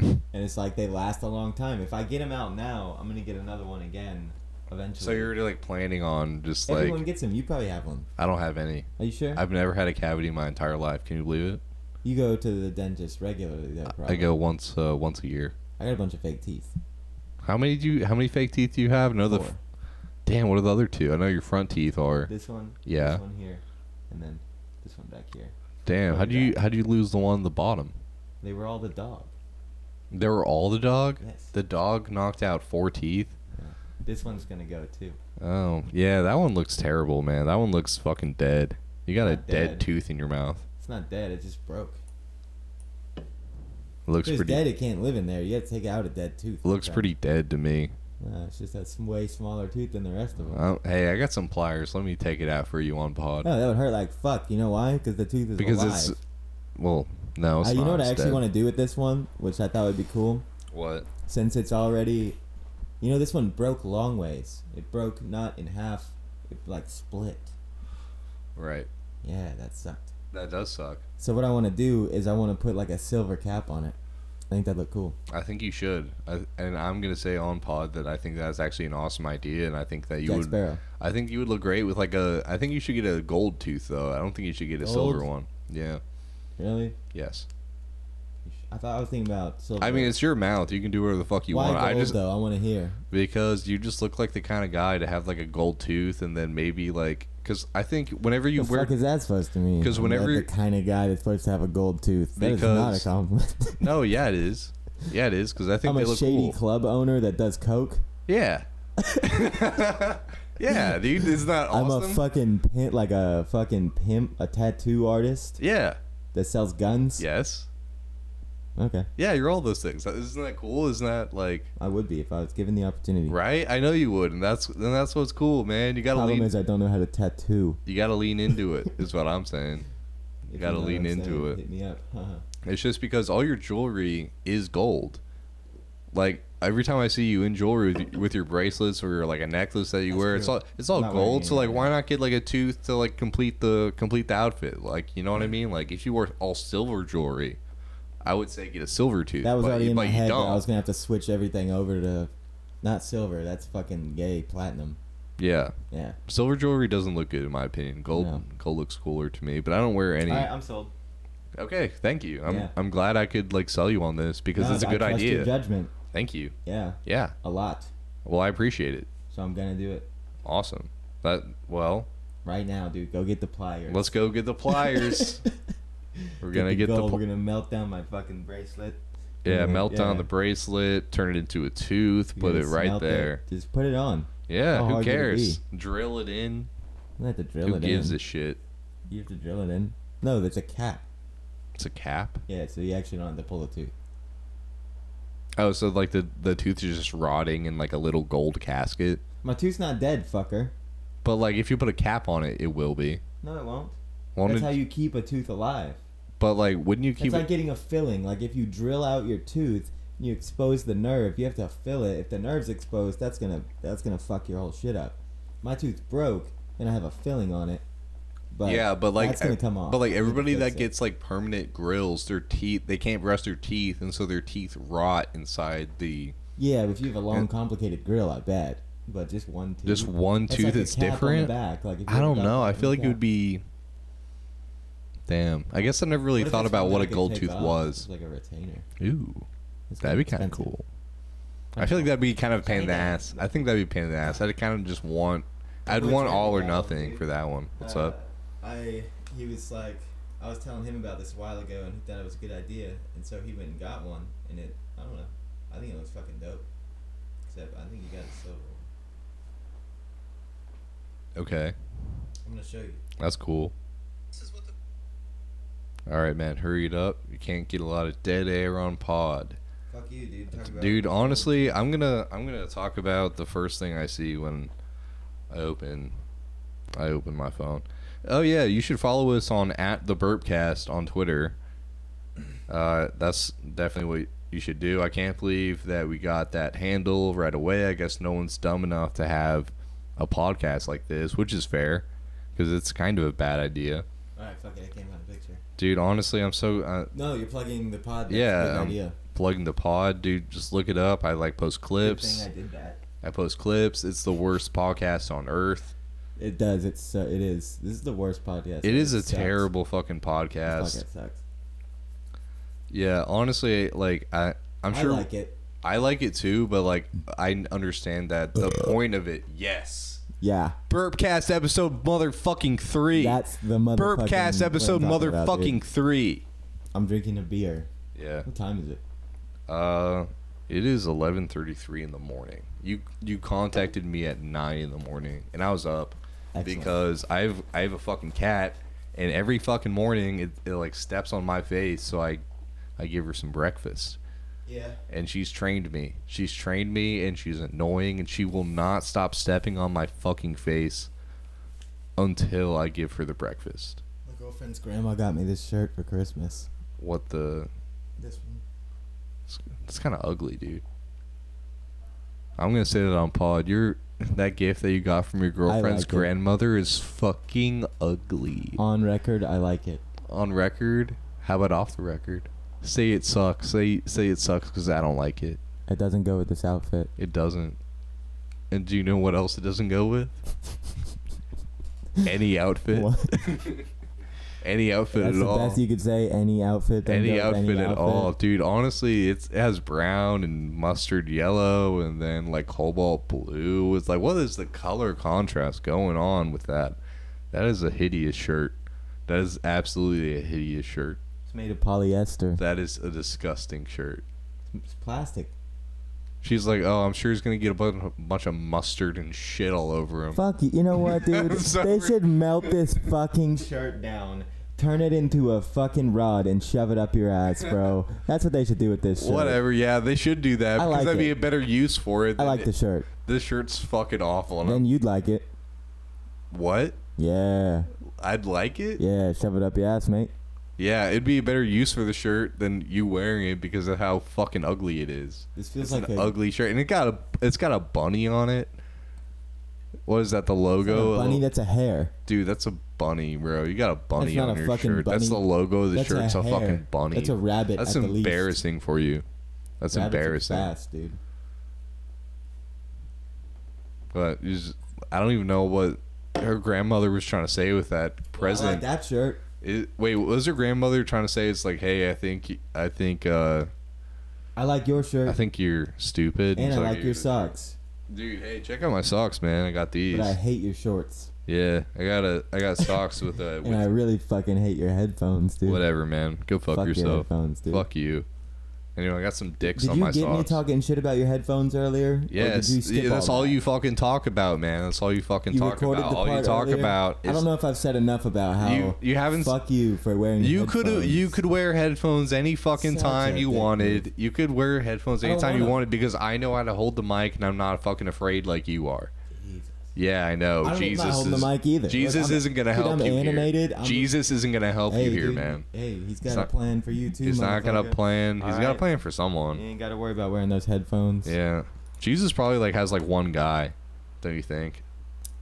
Speaker 3: And it's like they last a long time. If I get them out now, I'm gonna get another one again eventually.
Speaker 1: So you're like planning on just like
Speaker 3: everyone gets them. You probably have one.
Speaker 1: I don't have any.
Speaker 3: Are you sure?
Speaker 1: I've never had a cavity in my entire life. Can you believe it?
Speaker 3: you go to the dentist regularly though. Probably.
Speaker 1: I go once uh, once a year.
Speaker 3: I got a bunch of fake teeth.
Speaker 1: How many do you? How many fake teeth do you have? No, the
Speaker 3: Four.
Speaker 1: f- damn. What are the other two? I know your front teeth are.
Speaker 3: This one.
Speaker 1: Yeah.
Speaker 3: This one here, and then this one back here.
Speaker 1: Damn. How do you? How do you lose the one at the bottom?
Speaker 3: They were all the dog.
Speaker 1: They were all the dog.
Speaker 3: Yes.
Speaker 1: The dog knocked out four teeth.
Speaker 3: This one's gonna go too.
Speaker 1: Oh yeah, that one looks terrible, man. That one looks fucking dead. You got a
Speaker 3: Not
Speaker 1: dead.
Speaker 3: dead.
Speaker 1: tooth in your mouth.
Speaker 3: It's not dead. It just broke.
Speaker 1: It looks
Speaker 3: If it's
Speaker 1: pretty.
Speaker 3: dead, it can't live in there. You got to take out a dead tooth.
Speaker 1: Looks
Speaker 3: Okay.
Speaker 1: pretty dead to me.
Speaker 3: Uh, it's just that s- way smaller tooth than the rest of them.
Speaker 1: Um, hey, I got some pliers. Let me take it out for you on pod.
Speaker 3: No, that would hurt like fuck. You know why? Because the tooth is
Speaker 1: because
Speaker 3: alive.
Speaker 1: it's well, no, it's
Speaker 3: Uh, you
Speaker 1: not.
Speaker 3: know what I
Speaker 1: It's
Speaker 3: actually
Speaker 1: dead.
Speaker 3: want to do with this one, which I thought would be cool,
Speaker 1: What?
Speaker 3: since it's already, you know, this one broke long ways. It broke not in half, it like split.
Speaker 1: Right.
Speaker 3: Yeah, that sucked.
Speaker 1: That does suck.
Speaker 3: So what I want to do is I want to put like a silver cap on it. I think that'd look cool.
Speaker 1: I think you should. I, and I'm gonna say on pod that I think that's actually an awesome idea, and I think that you
Speaker 3: Jack
Speaker 1: would.
Speaker 3: Sparrow.
Speaker 1: I think you would look great with like a. I think you should get a gold tooth though. I don't think you should get a silver
Speaker 3: Gold?
Speaker 1: one. Yeah.
Speaker 3: Really?
Speaker 1: Yes.
Speaker 3: You sh- I thought I was thinking about silver.
Speaker 1: I mean, it's your mouth. You can do whatever the fuck you
Speaker 3: Why
Speaker 1: want.
Speaker 3: gold
Speaker 1: I just
Speaker 3: though? I want to hear.
Speaker 1: because you just look like the kind of guy to have like a gold tooth and then maybe like because I think whenever you
Speaker 3: The
Speaker 1: wear
Speaker 3: fuck is that supposed to mean?
Speaker 1: 'Cause
Speaker 3: I'm
Speaker 1: whenever-
Speaker 3: not the kind of guy that's supposed to have a gold tooth. That is not a
Speaker 1: Because
Speaker 3: compliment.
Speaker 1: no, yeah, it is. Yeah, it is because I think
Speaker 3: I'm
Speaker 1: they
Speaker 3: a
Speaker 1: look
Speaker 3: shady
Speaker 1: cool.
Speaker 3: club owner that does coke.
Speaker 1: yeah. yeah, dude, it's not awesome.
Speaker 3: I'm a fucking pimp, like a fucking pimp, a tattoo artist
Speaker 1: yeah.
Speaker 3: that sells guns.
Speaker 1: Yes.
Speaker 3: Okay,
Speaker 1: Yeah, you're all those things. Isn't that cool? Isn't that like
Speaker 3: I would be if I was given the opportunity.
Speaker 1: right? I know you would, and that's and that's what's cool, man. You gotta
Speaker 3: Problem
Speaker 1: lean.
Speaker 3: is I don't know how to tattoo.
Speaker 1: you gotta lean into it. Is what I'm saying.
Speaker 3: If You
Speaker 1: gotta
Speaker 3: know what
Speaker 1: lean
Speaker 3: I'm
Speaker 1: into
Speaker 3: saying.
Speaker 1: it.
Speaker 3: Hit me up.
Speaker 1: It's just because all your jewelry is gold. Like every time I see you in jewelry with, with your bracelets or like a necklace that you
Speaker 3: That's
Speaker 1: wear, it's
Speaker 3: true.
Speaker 1: all it's all
Speaker 3: Not wearing
Speaker 1: gold. So like,
Speaker 3: anything.
Speaker 1: why not get like a tooth to like complete the complete the outfit? Like, you know what I mean? Like, if you wore all silver jewelry, I would say get a silver tooth.
Speaker 3: That was
Speaker 1: but,
Speaker 3: already in
Speaker 1: but
Speaker 3: my
Speaker 1: you
Speaker 3: head. But
Speaker 1: Don't.
Speaker 3: I was gonna have to switch everything over to, not silver. That's fucking gay platinum.
Speaker 1: yeah,
Speaker 3: Yeah.
Speaker 1: silver jewelry doesn't look good in my opinion. Gold
Speaker 3: No.
Speaker 1: gold looks cooler to me, but I don't wear any.
Speaker 2: I'm sold.
Speaker 1: Okay, thank you. I'm
Speaker 3: Yeah.
Speaker 1: I'm glad I could like sell you on this because
Speaker 3: No,
Speaker 1: it's a
Speaker 3: I
Speaker 1: good
Speaker 3: trust your
Speaker 1: idea.
Speaker 3: judgment.
Speaker 1: thank you.
Speaker 3: Yeah,
Speaker 1: Yeah.
Speaker 3: a lot.
Speaker 1: Well, I appreciate it.
Speaker 3: So I'm gonna do it
Speaker 1: Awesome. That well,
Speaker 3: right now, dude. Go get the pliers.
Speaker 1: let's go get the pliers. We're gonna get the
Speaker 3: gold.
Speaker 1: pl-
Speaker 3: We're gonna melt down my fucking bracelet.
Speaker 1: yeah,
Speaker 3: gonna-
Speaker 1: melt down
Speaker 3: yeah.
Speaker 1: the bracelet, turn it into a tooth,
Speaker 3: You're
Speaker 1: put
Speaker 3: gonna
Speaker 1: it right
Speaker 3: smelt
Speaker 1: there.
Speaker 3: Just put it on.
Speaker 1: Yeah,
Speaker 3: How
Speaker 1: who
Speaker 3: hard could it
Speaker 1: cares? Drill it in.
Speaker 3: You have to drill
Speaker 1: who
Speaker 3: it
Speaker 1: gives
Speaker 3: in.
Speaker 1: a shit?
Speaker 3: You have to drill it in. No, there's a cap.
Speaker 1: It's a cap.
Speaker 3: Yeah, so you actually don't have to pull a tooth.
Speaker 1: Oh, so like the the tooth is just rotting in like a little gold casket.
Speaker 3: My tooth's not dead, fucker.
Speaker 1: But like if you put a cap on it, it will be.
Speaker 3: No, it won't.
Speaker 1: Won't
Speaker 3: That's
Speaker 1: it-
Speaker 3: how you keep a tooth alive.
Speaker 1: but like, wouldn't you keep
Speaker 3: It's
Speaker 1: it?
Speaker 3: like getting a filling. Like if you drill out your tooth, and you expose the nerve. You have to fill it. If the nerve's exposed, that's gonna that's gonna fuck your whole shit up. My tooth broke, and I have a filling on it. But
Speaker 1: yeah, but like, e,
Speaker 3: that's gonna come off.
Speaker 1: But like
Speaker 3: You can
Speaker 1: everybody
Speaker 3: fix
Speaker 1: that
Speaker 3: it.
Speaker 1: gets like permanent grills, their teeth they can't brush their teeth, and so their teeth rot inside the
Speaker 3: yeah, if you have a long,
Speaker 1: And-
Speaker 3: complicated grill, I bet. But just one tooth.
Speaker 1: just one
Speaker 3: Mm-hmm. That's
Speaker 1: tooth
Speaker 3: like a
Speaker 1: that's
Speaker 3: cap on the
Speaker 1: different.
Speaker 3: back, like, if you
Speaker 1: I
Speaker 3: have a
Speaker 1: don't
Speaker 3: duck
Speaker 1: know. I
Speaker 3: on the
Speaker 1: feel like it
Speaker 3: cap.
Speaker 1: would be. Damn, I guess I never
Speaker 3: What
Speaker 1: really
Speaker 3: if
Speaker 1: thought
Speaker 3: it's
Speaker 1: about
Speaker 3: one
Speaker 1: what
Speaker 3: that
Speaker 1: a
Speaker 3: could
Speaker 1: gold
Speaker 3: take
Speaker 1: tooth
Speaker 3: off?
Speaker 1: was.
Speaker 3: It's like a retainer.
Speaker 1: Ooh,
Speaker 3: It's
Speaker 1: that'd be kind of
Speaker 3: expensive.
Speaker 1: cool. I feel like that'd be kind of a pain in the
Speaker 3: Kinda.
Speaker 1: ass. I think that'd be a pain in the ass. I'd kind of just want. I'd
Speaker 3: Which
Speaker 1: want
Speaker 3: one
Speaker 1: all
Speaker 3: is
Speaker 1: or
Speaker 3: that one,
Speaker 1: nothing
Speaker 3: dude?
Speaker 1: for that one. What's
Speaker 3: Uh,
Speaker 1: up?
Speaker 3: I he was like I was telling him about this a while ago and he thought it was a good idea and so he went and got one and it I don't know. I think it looks fucking dope. Except I think you got it silver. one. Uh,
Speaker 1: Okay,
Speaker 3: I'm gonna show you.
Speaker 1: that's cool. All right, man, hurry it up. You can't get a lot of dead air on pod.
Speaker 3: Fuck you, dude. Talk about
Speaker 1: Dude, honestly, I'm gonna I'm gonna talk about the first thing I see when I open I open my phone. Oh yeah, you should follow us on at the Burpcast on Twitter. Uh, that's definitely what you should do. I can't believe that we got that handle right away. I guess no one's dumb enough to have a podcast like this, which is fair because it's kind of a bad idea.
Speaker 3: Alright, fuck it, I came out of the picture.
Speaker 1: Dude, honestly, I'm so uh,
Speaker 3: No, you're plugging the pod. That's
Speaker 1: Yeah,
Speaker 3: a good
Speaker 1: um,
Speaker 3: idea.
Speaker 1: plugging the pod, dude. Just look it up. I like post
Speaker 3: Good
Speaker 1: clips.
Speaker 3: thing I did that.
Speaker 1: I post clips. It's the worst podcast on earth.
Speaker 3: It does. It's so. It is. This is the worst podcast.
Speaker 1: it is a
Speaker 3: sucks.
Speaker 1: terrible fucking
Speaker 3: This
Speaker 1: podcast.
Speaker 3: podcast sucks.
Speaker 1: Yeah, honestly, like I, I'm
Speaker 3: i
Speaker 1: sure I like,
Speaker 3: like it.
Speaker 1: it too, but like I understand that the point of it. Yes,
Speaker 3: Yeah,
Speaker 1: Burpcast episode motherfucking three.
Speaker 3: that's the motherfucking.
Speaker 1: Burpcast
Speaker 3: what I'm
Speaker 1: episode
Speaker 3: talking about, dude.
Speaker 1: motherfucking three.
Speaker 3: I'm drinking a beer.
Speaker 1: Yeah.
Speaker 3: What time is it?
Speaker 1: Uh, it is 11:33 in the morning. You you contacted me at nine in the morning, and I was up
Speaker 3: Excellent.
Speaker 1: because I've I have a fucking cat, and every fucking morning it, it like steps on my face, so I I give her some breakfast,
Speaker 3: Yeah.
Speaker 1: and she's trained me. She's trained me, and she's annoying, and she will not stop stepping on my fucking face until I give her the breakfast.
Speaker 3: My girlfriend's grandma got me this shirt for Christmas.
Speaker 1: What the?
Speaker 3: This one.
Speaker 1: It's, it's kind of ugly, dude. I'm gonna say that on pod. Your that gift that you got from your girlfriend's
Speaker 3: like it.
Speaker 1: grandmother is fucking ugly.
Speaker 3: On record, I like it.
Speaker 1: on record. How about off the record? Say it sucks. Say say it sucks because I don't like it.
Speaker 3: It doesn't go with this outfit.
Speaker 1: It doesn't. And do you know what else it doesn't go with? Any outfit.
Speaker 3: What?
Speaker 1: Any outfit
Speaker 3: That's
Speaker 1: at
Speaker 3: the
Speaker 1: all.
Speaker 3: best you could say. Any outfit. doesn't
Speaker 1: any
Speaker 3: go with
Speaker 1: outfit
Speaker 3: any
Speaker 1: at all, dude. Honestly, it's, it has brown and mustard yellow, and then like cobalt blue. It's like, what is the color contrast going on with that? That is a hideous shirt. That is absolutely a hideous shirt.
Speaker 3: It's made of polyester.
Speaker 1: That is a disgusting shirt.
Speaker 3: It's plastic.
Speaker 1: She's like, oh, I'm sure he's gonna get a bunch, bunch of mustard and shit all over him.
Speaker 3: Fuck you. You know what, dude?
Speaker 1: I'm sorry.
Speaker 3: they should melt this fucking shirt down. Turn it into a fucking rod and shove it up your ass, bro. That's what they should do with this shirt.
Speaker 1: Whatever. Yeah, they should do that
Speaker 3: I
Speaker 1: because
Speaker 3: like
Speaker 1: that'd be
Speaker 3: it.
Speaker 1: a better use for it.
Speaker 3: I
Speaker 1: than
Speaker 3: like
Speaker 1: it-
Speaker 3: the shirt.
Speaker 1: This shirt's fucking awful. And I'm-
Speaker 3: Then you'd like it.
Speaker 1: what?
Speaker 3: Yeah.
Speaker 1: I'd like it.
Speaker 3: Yeah. Shove it up your ass, mate.
Speaker 1: Yeah, it'd be a better use for the shirt than you wearing it because of how fucking ugly it is.
Speaker 3: This feels
Speaker 1: It's an ugly shirt, and it got a it's got a bunny on it. What is that? The logo?
Speaker 3: a bunny that's a hair.
Speaker 1: Dude, that's a bunny, bro. You got a bunny
Speaker 3: That's not
Speaker 1: on
Speaker 3: a
Speaker 1: your
Speaker 3: fucking
Speaker 1: shirt. That's
Speaker 3: bunny.
Speaker 1: the logo of the
Speaker 3: That's
Speaker 1: shirt.
Speaker 3: a
Speaker 1: it's a
Speaker 3: hair.
Speaker 1: fucking bunny.
Speaker 3: That's a rabbit
Speaker 1: That's
Speaker 3: at the least.
Speaker 1: embarrassing for you. That's
Speaker 3: Rabbits are
Speaker 1: embarrassing.
Speaker 3: Fast, dude.
Speaker 1: But you just, I don't even know what her grandmother was trying to say with that
Speaker 3: I like
Speaker 1: present.
Speaker 3: that shirt.
Speaker 1: It- wait, what was her grandmother trying to say? It's like, hey, I think I think uh
Speaker 3: I like your shirt.
Speaker 1: I think you're stupid.
Speaker 3: and
Speaker 1: It's
Speaker 3: I like your
Speaker 1: dude,
Speaker 3: socks.
Speaker 1: Dude, hey, check out my socks, man. I got these.
Speaker 3: But I hate your shorts.
Speaker 1: yeah, I got a, I got socks with a
Speaker 3: And I
Speaker 1: with
Speaker 3: really fucking hate your headphones, dude.
Speaker 1: whatever, man. Go fuck,
Speaker 3: Fuck your
Speaker 1: yourself.
Speaker 3: headphones, dude.
Speaker 1: Fuck you. Anyway, I got some dicks
Speaker 3: Did
Speaker 1: on
Speaker 3: you
Speaker 1: my
Speaker 3: get me
Speaker 1: socks.
Speaker 3: talking shit about your headphones earlier? Or did
Speaker 1: yes,
Speaker 3: you skip
Speaker 1: yeah, that's all
Speaker 3: that?
Speaker 1: you fucking talk about, man. That's all you fucking
Speaker 3: You
Speaker 1: talk
Speaker 3: recorded
Speaker 1: about.
Speaker 3: the
Speaker 1: All you
Speaker 3: part
Speaker 1: talk
Speaker 3: earlier?
Speaker 1: about
Speaker 3: I
Speaker 1: is
Speaker 3: don't know if I've said enough about how
Speaker 1: You- you haven't s-
Speaker 3: Fuck you for wearing.
Speaker 1: you could
Speaker 3: headphones.
Speaker 1: you could wear headphones any fucking
Speaker 3: Such
Speaker 1: time
Speaker 3: a
Speaker 1: you
Speaker 3: dick
Speaker 1: wanted. You could wear headphones
Speaker 3: don't
Speaker 1: anytime you
Speaker 3: wanna.
Speaker 1: wanted because I know how to hold the mic and I'm not fucking afraid like you are.
Speaker 3: Jesus.
Speaker 1: Yeah, I know.
Speaker 3: I don't- I'm not
Speaker 1: Jesus
Speaker 3: holding the
Speaker 1: is,
Speaker 3: mic either. Look,
Speaker 1: Jesus
Speaker 3: I'm-
Speaker 1: isn't gonna
Speaker 3: dude,
Speaker 1: help
Speaker 3: I'm
Speaker 1: you
Speaker 3: animated.
Speaker 1: here.
Speaker 3: I'm-
Speaker 1: Jesus isn't gonna help
Speaker 3: Hey,
Speaker 1: you here,
Speaker 3: dude,
Speaker 1: man.
Speaker 3: Hey, he's got
Speaker 1: It's
Speaker 3: a
Speaker 1: not-
Speaker 3: plan for you too.
Speaker 1: He's not gonna
Speaker 3: motherfucker.
Speaker 1: plan. He's got a
Speaker 3: Alright.
Speaker 1: plan for someone.
Speaker 3: You
Speaker 1: Yeah.
Speaker 3: ain't got to worry about wearing those headphones.
Speaker 1: Jesus probably like has like one guy. Don't you think?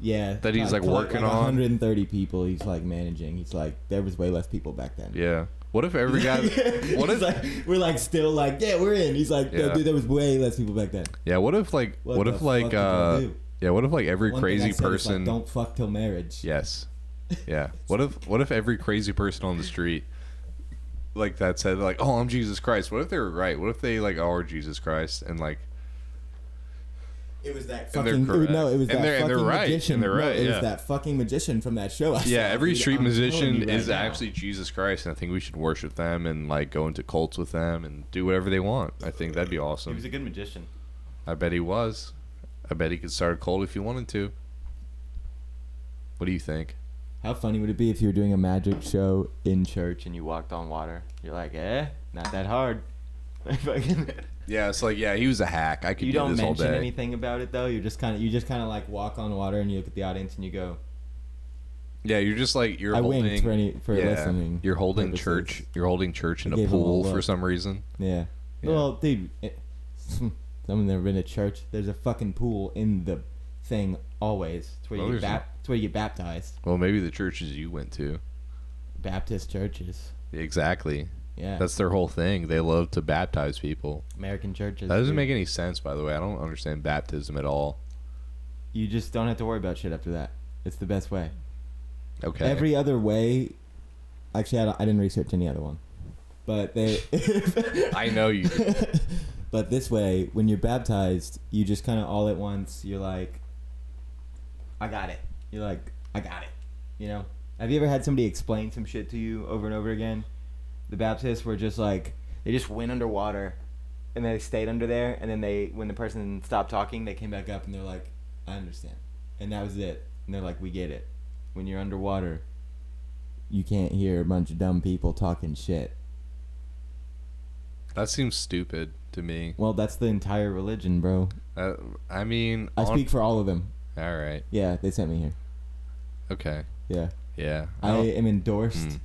Speaker 3: Yeah.
Speaker 1: That he's, like, working on.
Speaker 3: 130 people. He's like managing. He's like there was way less people back then.
Speaker 1: Yeah. What if every guy? what
Speaker 3: What
Speaker 1: if?
Speaker 3: is like we're like still like yeah we're in. He's like no
Speaker 1: Yeah.
Speaker 3: dude there was way less people back then.
Speaker 1: yeah. What if like? What,
Speaker 3: What
Speaker 1: if
Speaker 3: the
Speaker 1: like?
Speaker 3: fuck did y'all
Speaker 1: uh
Speaker 3: do?
Speaker 1: Yeah. What if like every
Speaker 3: One thing I
Speaker 1: crazy
Speaker 3: said is, like,
Speaker 1: person?
Speaker 3: don't fuck till marriage.
Speaker 1: yes. Yeah. What if? What if every crazy person on the street? Like that said, like, oh, I'm Jesus Christ. What if they were right? What if they like are Jesus Christ and like
Speaker 3: It was that
Speaker 1: And they're
Speaker 3: fucking
Speaker 1: correct.
Speaker 3: no, it was
Speaker 1: And
Speaker 3: that
Speaker 1: they're- and
Speaker 3: fucking
Speaker 1: they're right,
Speaker 3: magician.
Speaker 1: and they're
Speaker 3: No,
Speaker 1: right,
Speaker 3: it
Speaker 1: yeah.
Speaker 3: was that fucking magician from that show. I
Speaker 1: Yeah,
Speaker 3: saw,
Speaker 1: every
Speaker 3: dude.
Speaker 1: street
Speaker 3: I'm telling
Speaker 1: musician
Speaker 3: you right
Speaker 1: is
Speaker 3: now.
Speaker 1: actually Jesus Christ, and I think we should worship them and like go into cults with them and do whatever they want. I think that'd be
Speaker 4: He
Speaker 1: awesome.
Speaker 4: was a good magician.
Speaker 1: I bet he was. I bet he could start a cult if he wanted to. What do you think?
Speaker 3: How funny would it be if you were doing a magic show in church?
Speaker 4: Church and you walked on water. You're like, eh, not that hard. Fucking-
Speaker 1: Yeah, it's like yeah, he was a hack. I could
Speaker 4: you
Speaker 1: do
Speaker 4: don't
Speaker 1: this all
Speaker 4: mention
Speaker 1: day.
Speaker 4: anything about it though.
Speaker 3: You're just kind of you just kind of like walk on water and you look at the audience and you go.
Speaker 1: Yeah, you're just like you're
Speaker 3: I
Speaker 1: holding.
Speaker 3: winked for any for
Speaker 1: yeah,
Speaker 3: listening.
Speaker 1: you're holding
Speaker 3: purposes.
Speaker 1: church. You're holding church in
Speaker 3: I
Speaker 1: a
Speaker 3: gave him a
Speaker 1: pool for
Speaker 3: look.
Speaker 1: some reason.
Speaker 3: Yeah.
Speaker 1: Yeah.
Speaker 3: Well, dude, it, I've never been to church. There's a fucking pool in the thing always. It's where
Speaker 1: Well,
Speaker 3: you get
Speaker 1: there's
Speaker 3: bap- it's where you get baptized.
Speaker 1: Well, maybe the churches you went to.
Speaker 3: Baptist churches.
Speaker 1: Exactly.
Speaker 3: Yeah.
Speaker 1: That's their whole thing. They love to baptize people.
Speaker 4: American churches.
Speaker 1: That doesn't
Speaker 4: dude.
Speaker 1: make any sense, by the way. I don't understand baptism at all.
Speaker 3: you just don't have to worry about shit after that. It's the best way.
Speaker 1: Okay.
Speaker 3: Every other way, actually, I, don't- I didn't research any other one, but they,
Speaker 1: I know you.
Speaker 3: but this way, when you're baptized, you just kind of all at once, you're like, I got it. You're like, I got it. You know? Have you ever had somebody explain some shit to you over and over again? The Baptists were just like,
Speaker 4: They just went underwater,
Speaker 3: and they stayed under there, and then they, when the person stopped talking, they came back up and they're like, I understand. And that was it. And they're like, we get it. When you're underwater, you can't hear a bunch of dumb people talking shit.
Speaker 1: That seems stupid to me.
Speaker 3: Well, that's the entire religion, bro.
Speaker 1: Uh, I mean,
Speaker 3: I
Speaker 1: on-
Speaker 3: speak for all of them.
Speaker 1: all right.
Speaker 3: Yeah, they sent me here.
Speaker 1: Okay.
Speaker 3: Yeah.
Speaker 1: Yeah. Oh,
Speaker 3: I
Speaker 1: don't-
Speaker 3: am endorsed
Speaker 1: Hmm.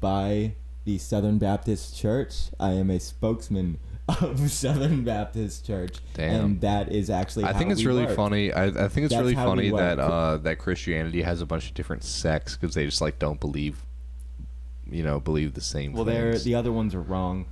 Speaker 3: by the Southern Baptist Church. I am a spokesman of Southern Baptist Church.
Speaker 1: Damn.
Speaker 3: And that is actually
Speaker 1: I
Speaker 3: how
Speaker 1: think it's
Speaker 3: we
Speaker 1: really
Speaker 3: work.
Speaker 1: funny. I, I think it's
Speaker 3: That's
Speaker 1: really
Speaker 3: how
Speaker 1: funny
Speaker 3: we
Speaker 1: that
Speaker 3: work.
Speaker 1: uh, that Christianity has a bunch of different sects because they just like don't believe you know, believe the same
Speaker 2: Well, they're
Speaker 1: things.
Speaker 2: the other ones are wrong.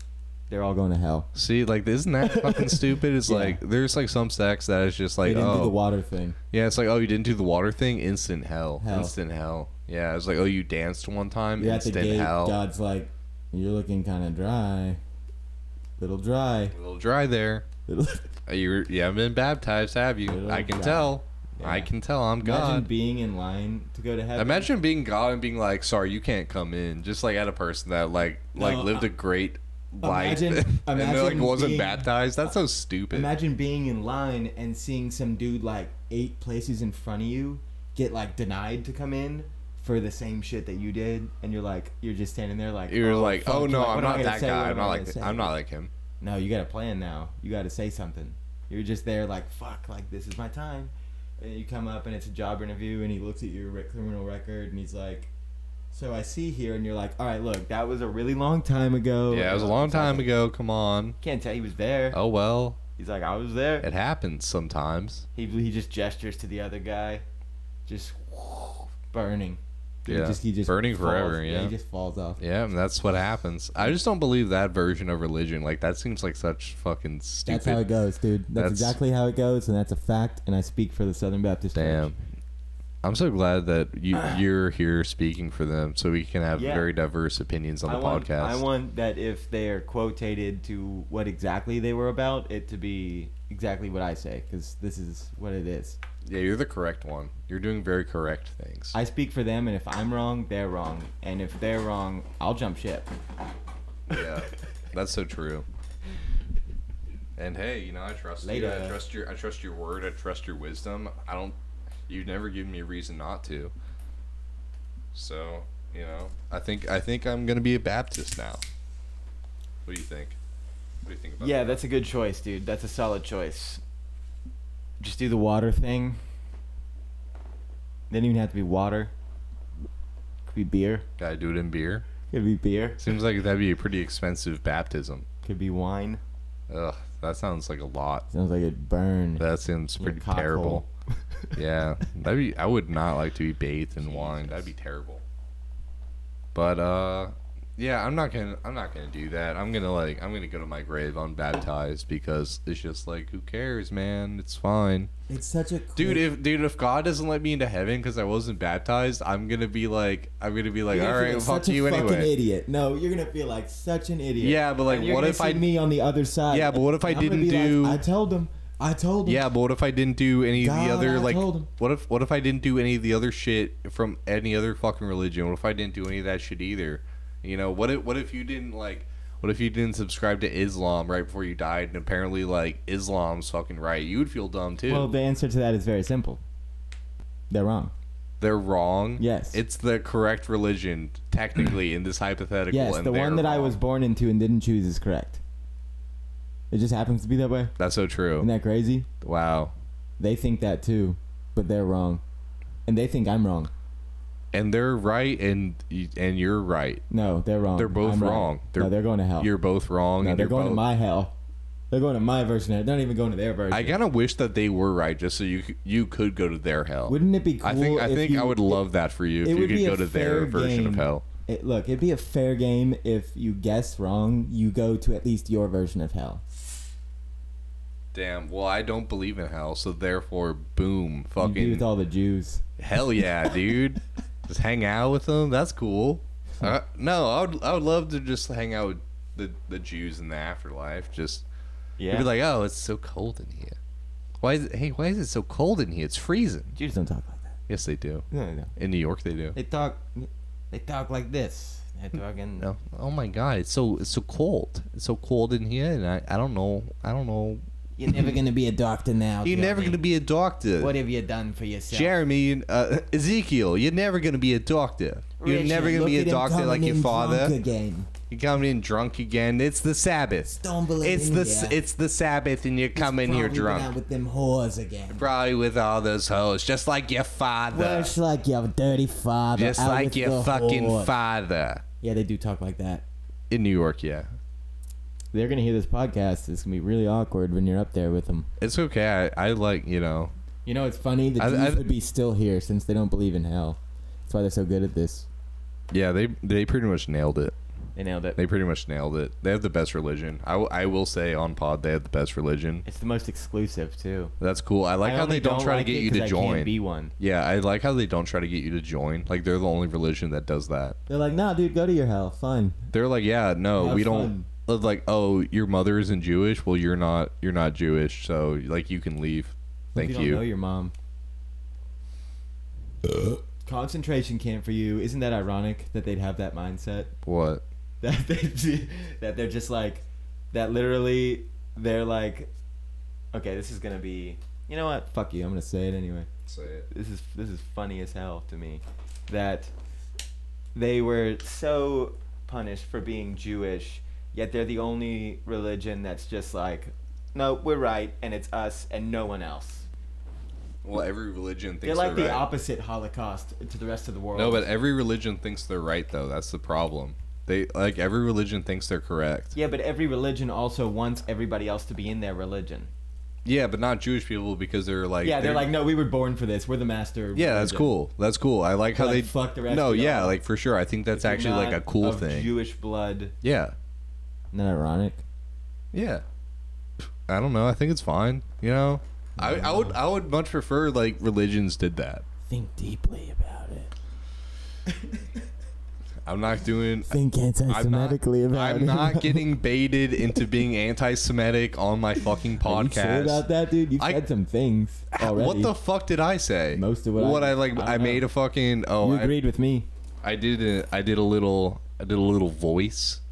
Speaker 3: They're all going to hell.
Speaker 1: See, like, isn't that fucking stupid? It's
Speaker 3: Yeah.
Speaker 1: like there's like some stacks that is just
Speaker 3: They
Speaker 1: like,
Speaker 3: didn't do the
Speaker 1: oh,
Speaker 3: water thing.
Speaker 1: yeah, it's like, oh, you didn't do the water thing, instant hell,
Speaker 3: Hell.
Speaker 1: instant hell. Yeah, it's like, oh, you danced one time,
Speaker 3: You're at the
Speaker 1: instant
Speaker 3: gate.
Speaker 1: hell.
Speaker 3: God's like, you're looking kind of dry, little dry.
Speaker 1: A little dry there.
Speaker 3: Little
Speaker 1: Uh, You you haven't been baptized, have you?
Speaker 3: Little
Speaker 1: I can
Speaker 3: dry.
Speaker 1: tell. I
Speaker 3: Oh, Yeah.
Speaker 1: can tell. I'm
Speaker 2: Imagine
Speaker 1: God.
Speaker 2: being in line to go to heaven.
Speaker 1: Imagine being God and being like, sorry, you can't come in. Just like at a person that like like
Speaker 2: No, uh,
Speaker 1: lived a great life
Speaker 2: imagine-
Speaker 1: and then like
Speaker 3: imagine
Speaker 1: wasn't
Speaker 3: being-
Speaker 1: baptized. That's so stupid.
Speaker 2: Imagine being in line and seeing some dude like eight places in front of you get like denied to come in for the same shit that you did, and you're like, you're just standing there like,
Speaker 1: You're like,
Speaker 2: fuck,
Speaker 1: oh no,
Speaker 2: like, what
Speaker 1: I'm
Speaker 2: am I
Speaker 1: not
Speaker 2: gonna
Speaker 1: that
Speaker 2: say? What
Speaker 1: guy. I'm
Speaker 2: am I
Speaker 1: not
Speaker 2: gonna
Speaker 1: like
Speaker 2: say?"
Speaker 1: I'm not like him.
Speaker 2: No, you got a plan now. You got to say something. You're just there like, fuck, like this is my time. And you come up and it's a job interview, and he looks at your re- criminal record, and he's like, "So I see here," and you're like, "All right, look, that was a really long time ago."
Speaker 1: Yeah, it was a long time ago. Come on.
Speaker 4: Can't tell he was there.
Speaker 1: Oh well,
Speaker 4: He's like, I was there.
Speaker 1: it happens sometimes.
Speaker 4: He, he just gestures to the other guy.
Speaker 2: Just burning.
Speaker 1: Yeah,
Speaker 3: just- he just
Speaker 1: burning
Speaker 3: falls.
Speaker 1: forever.
Speaker 3: Yeah,
Speaker 1: Yeah,
Speaker 3: he just falls off.
Speaker 1: yeah, and that's what happens. I just don't believe that version of religion. Like that seems like such fucking stupid.
Speaker 3: That's how it goes, dude. That's,
Speaker 1: That's-
Speaker 3: exactly how it goes, and that's a fact. And I speak for the Southern Baptist Church.
Speaker 1: Damn. I'm so glad that you you're here speaking for them, so we can have
Speaker 4: Yeah.
Speaker 1: very diverse opinions on
Speaker 4: I
Speaker 1: the
Speaker 4: want,
Speaker 1: podcast.
Speaker 4: I want that if they are quotated to what exactly they were about, it to be exactly what I say, because this is what it is.
Speaker 1: yeah, you're the correct one. You're doing very correct things.
Speaker 4: I speak for them, and if I'm wrong, they're wrong, and if they're wrong, I'll jump ship.
Speaker 1: yeah, that's so true. And hey, you know I trust you.
Speaker 4: Later.
Speaker 1: I trust your I trust your word. I trust your wisdom. I don't. You've never given me a reason not to. So you know, I think I think I'm gonna be a Baptist now. What do you think? What do you think about?
Speaker 4: Yeah, that's a good choice, dude. That's a solid choice. Just do the water thing. Didn't even have to be water. Could be beer.
Speaker 1: Gotta do it in beer.
Speaker 4: Could be beer.
Speaker 1: Seems like that'd be a pretty expensive baptism.
Speaker 4: Could be wine.
Speaker 1: Ugh, that sounds like a lot.
Speaker 3: Sounds like it burned.
Speaker 1: That sounds
Speaker 3: Your
Speaker 1: pretty
Speaker 3: cock
Speaker 1: terrible. yeah, that'd be. I would not like to be bathed in wine. That'd be terrible. But uh, yeah, I'm not gonna. I'm not gonna do that. I'm gonna like. I'm gonna go to my grave unbaptized because it's just like, who cares, man? It's fine,
Speaker 3: It's such a cool
Speaker 1: dude. If dude, if God doesn't let me into heaven because I wasn't baptized, I'm gonna be like, I'm gonna be like,
Speaker 3: You're
Speaker 1: all
Speaker 3: gonna feel
Speaker 1: right,
Speaker 3: like
Speaker 1: fuck
Speaker 3: such a
Speaker 1: you
Speaker 3: fucking
Speaker 1: anyway.
Speaker 3: idiot. No, you're gonna feel like such an idiot.
Speaker 1: Yeah, but like,
Speaker 3: And you're
Speaker 1: what
Speaker 3: gonna
Speaker 1: if
Speaker 3: see
Speaker 1: I?
Speaker 3: me on the other side?
Speaker 1: Yeah, but what if I
Speaker 3: I'm gonna
Speaker 1: didn't
Speaker 3: be
Speaker 1: do-
Speaker 3: like, I told him. I told him.
Speaker 1: Yeah, but what if I didn't do any of
Speaker 3: God,
Speaker 1: the other
Speaker 3: I
Speaker 1: like
Speaker 3: told 'em.
Speaker 1: what if what if I didn't do any of the other shit from any other fucking religion? What if I didn't do any of that shit either? You know, what if what if you didn't like what if you didn't subscribe to Islam right before you died and apparently like Islam's fucking right? You would feel dumb too.
Speaker 2: Well, the answer to that is very simple.
Speaker 3: They're wrong.
Speaker 1: They're wrong.
Speaker 2: Yes.
Speaker 1: It's the correct religion technically in this hypothetical
Speaker 3: Yes,
Speaker 1: and
Speaker 3: the
Speaker 1: they're
Speaker 3: one that I
Speaker 1: wrong.
Speaker 3: was born into and didn't choose is correct. It just happens to be that way.
Speaker 1: That's so true.
Speaker 3: Isn't that crazy?
Speaker 1: Wow.
Speaker 3: They think that too, but they're wrong, and they think I'm wrong.
Speaker 1: And they're right and y- and you're right.
Speaker 3: No, they're wrong.
Speaker 1: They're both
Speaker 3: I'm right.
Speaker 1: wrong. They're-
Speaker 3: no, they're going to hell.
Speaker 1: You're both wrong
Speaker 3: Oh. no,
Speaker 1: and
Speaker 3: they're
Speaker 1: you're
Speaker 3: going
Speaker 1: both
Speaker 3: to my hell. They're going to my version. They're not even going to their version.
Speaker 1: I kind of wish that they were right, just so you c- you could go to their hell.
Speaker 3: Wouldn't it be cool?
Speaker 1: I think I
Speaker 3: if
Speaker 1: think I
Speaker 3: you-
Speaker 1: would love that for you if
Speaker 3: it
Speaker 1: you
Speaker 3: would
Speaker 1: could
Speaker 3: be
Speaker 1: go
Speaker 3: a
Speaker 1: to their
Speaker 3: fair
Speaker 1: version of
Speaker 3: game.
Speaker 1: hell.
Speaker 3: It, look, it'd be a fair game if you guess wrong, you go to at least your version of hell.
Speaker 1: Damn. Well, I don't believe in hell, so therefore, boom,
Speaker 3: You be
Speaker 1: fucking
Speaker 3: with all the Jews.
Speaker 1: hell yeah, dude. just hang out with them. That's cool. Uh, no, I would I would love to just hang out with the the Jews in the afterlife. Just
Speaker 4: Yeah.
Speaker 1: be like, oh, it's so cold in here. Why is it, hey? Why is it so cold in here? It's freezing.
Speaker 3: Jews don't talk like that.
Speaker 1: Yes, they do.
Speaker 2: No, no.
Speaker 1: In New York, they do.
Speaker 4: they talk. They talk like this. They talking.
Speaker 1: No. Oh my god, it's so it's so cold. It's so cold in here and I, I don't know I don't know.
Speaker 3: You're never gonna be a doctor now.
Speaker 1: You're never gonna be a doctor.
Speaker 4: What have you done for yourself?
Speaker 1: Jeremy uh, Ezekiel, you're never gonna be a doctor. You're
Speaker 4: Richard,
Speaker 1: never gonna
Speaker 3: Look
Speaker 1: be a
Speaker 3: at him
Speaker 1: doctor
Speaker 3: coming
Speaker 1: like your
Speaker 3: in drunk
Speaker 1: father.
Speaker 3: Again.
Speaker 1: You're coming in drunk again. It's the Sabbath.
Speaker 3: Stumbling
Speaker 1: It's
Speaker 3: in
Speaker 1: the
Speaker 3: here.
Speaker 1: s it's the Sabbath and you're coming here
Speaker 3: Probably been out
Speaker 1: drunk.
Speaker 3: with them whores again.
Speaker 1: Probably with all those hoes, just like your father.
Speaker 3: Just like your dirty father.
Speaker 1: Just
Speaker 3: out
Speaker 1: like
Speaker 3: with
Speaker 1: your
Speaker 3: the
Speaker 1: fucking
Speaker 3: whores.
Speaker 1: father.
Speaker 3: Yeah, they do talk like that.
Speaker 1: In New York, yeah.
Speaker 3: They're gonna hear this podcast. It's gonna be really awkward when you're up there with them.
Speaker 1: It's okay. I, I like, you know,
Speaker 3: You know, it's funny. The
Speaker 1: I-
Speaker 3: Jews
Speaker 1: I-
Speaker 3: would be still here since they don't believe in hell. That's why they're so good at this.
Speaker 1: Yeah, they they pretty much nailed it.
Speaker 4: They nailed it.
Speaker 1: They pretty much nailed it. They have the best religion. I, w- I will say on pod they have the best religion.
Speaker 4: It's the most exclusive too.
Speaker 1: That's cool. I like how
Speaker 4: only
Speaker 1: they don't, try
Speaker 4: like
Speaker 1: to
Speaker 4: it
Speaker 1: get you
Speaker 4: 'cause
Speaker 1: to
Speaker 4: I
Speaker 1: join.
Speaker 4: Can't be one.
Speaker 1: yeah, I like how they don't try to get you to join. Like they're the only religion that does that.
Speaker 3: They're like, nah, dude, go to your hell. Fine.
Speaker 1: They're like, yeah, no,
Speaker 3: Have
Speaker 1: we don't. It's Like, oh, your mother isn't Jewish. Well, you're not. You're not Jewish, so like you can leave. Thank
Speaker 2: if
Speaker 1: you.
Speaker 2: you. Don't know your mom. Concentration camp for you. Isn't that ironic that they'd have that mindset?
Speaker 1: What?
Speaker 2: That they that they're just like that literally they're like
Speaker 4: Okay, this is gonna be. You know what?
Speaker 2: fuck you, I'm going to say it anyway.
Speaker 4: This is this is funny as hell to me, that they were so punished for being Jewish, yet they're the only religion that's just like, no, we're right, and it's us and no one else.
Speaker 1: Well, every religion thinks
Speaker 2: They're like the
Speaker 1: right.
Speaker 2: opposite Holocaust to the rest of the world.
Speaker 1: No, but every religion thinks they're right though. That's the problem. They like every religion thinks they're correct.
Speaker 2: yeah, but every religion also wants everybody else to be in their religion.
Speaker 1: Yeah, but not Jewish people because they're like
Speaker 2: Yeah, they're like, no, we were born for this. We're the master.
Speaker 1: yeah, that's cool. That's cool. I like how
Speaker 2: Like,
Speaker 1: they
Speaker 2: fuck the rest
Speaker 1: No,
Speaker 2: of y'all.
Speaker 1: yeah, like for sure. I think that's actually like a cool thing.
Speaker 4: Jewish blood.
Speaker 1: yeah,
Speaker 3: Isn't that ironic?
Speaker 1: yeah. I don't know. I think it's fine. You know, I I would I would much prefer like religions did that.
Speaker 3: Think deeply about it.
Speaker 1: I'm not doing.
Speaker 3: Think
Speaker 1: I'm not,
Speaker 3: anti-Semitically about it.
Speaker 1: I'm not getting baited into being anti-Semitic on my fucking
Speaker 3: Are you sure
Speaker 1: podcast.
Speaker 3: about that, dude? You
Speaker 1: I-
Speaker 3: said some things already.
Speaker 1: What the fuck did I say?
Speaker 3: Most of what I-
Speaker 1: I, like.
Speaker 3: I don't
Speaker 1: I, made a fucking. Oh,
Speaker 3: you
Speaker 1: I,
Speaker 3: agreed with me.
Speaker 1: I did. A, I did a little. I did a little voice,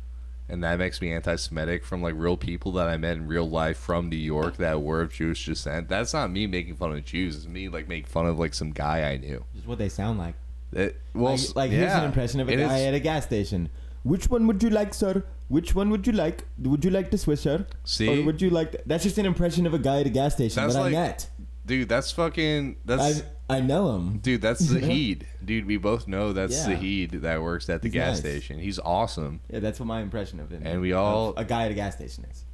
Speaker 1: and that makes me anti-Semitic from like real people that I met in real life from New York that were of Jewish descent. That's not me making fun of Jews. It's me like making fun of like some guy I knew.
Speaker 2: Just what they sound like.
Speaker 1: It- well,
Speaker 2: Like,
Speaker 1: s-
Speaker 2: like here's
Speaker 1: yeah.
Speaker 2: an impression of a
Speaker 1: And
Speaker 2: guy
Speaker 1: it's-
Speaker 2: at a gas station.
Speaker 3: Which one would you like, sir? Which one would you like? Would you like the Swisher?
Speaker 1: See?
Speaker 3: Or would you like?
Speaker 2: That's just an impression of a guy at a gas station.
Speaker 1: That's
Speaker 3: that
Speaker 1: like-
Speaker 3: I met.
Speaker 1: dude, that's fucking. That's
Speaker 3: I I know him.
Speaker 1: dude. That's Zahid. dude, we both know that's
Speaker 3: Yeah.
Speaker 1: Zahid that works at the
Speaker 3: He's
Speaker 1: gas
Speaker 3: nice.
Speaker 1: station. He's awesome,
Speaker 2: Yeah, that's what my impression of him.
Speaker 1: and we all.
Speaker 2: a guy at a gas station is.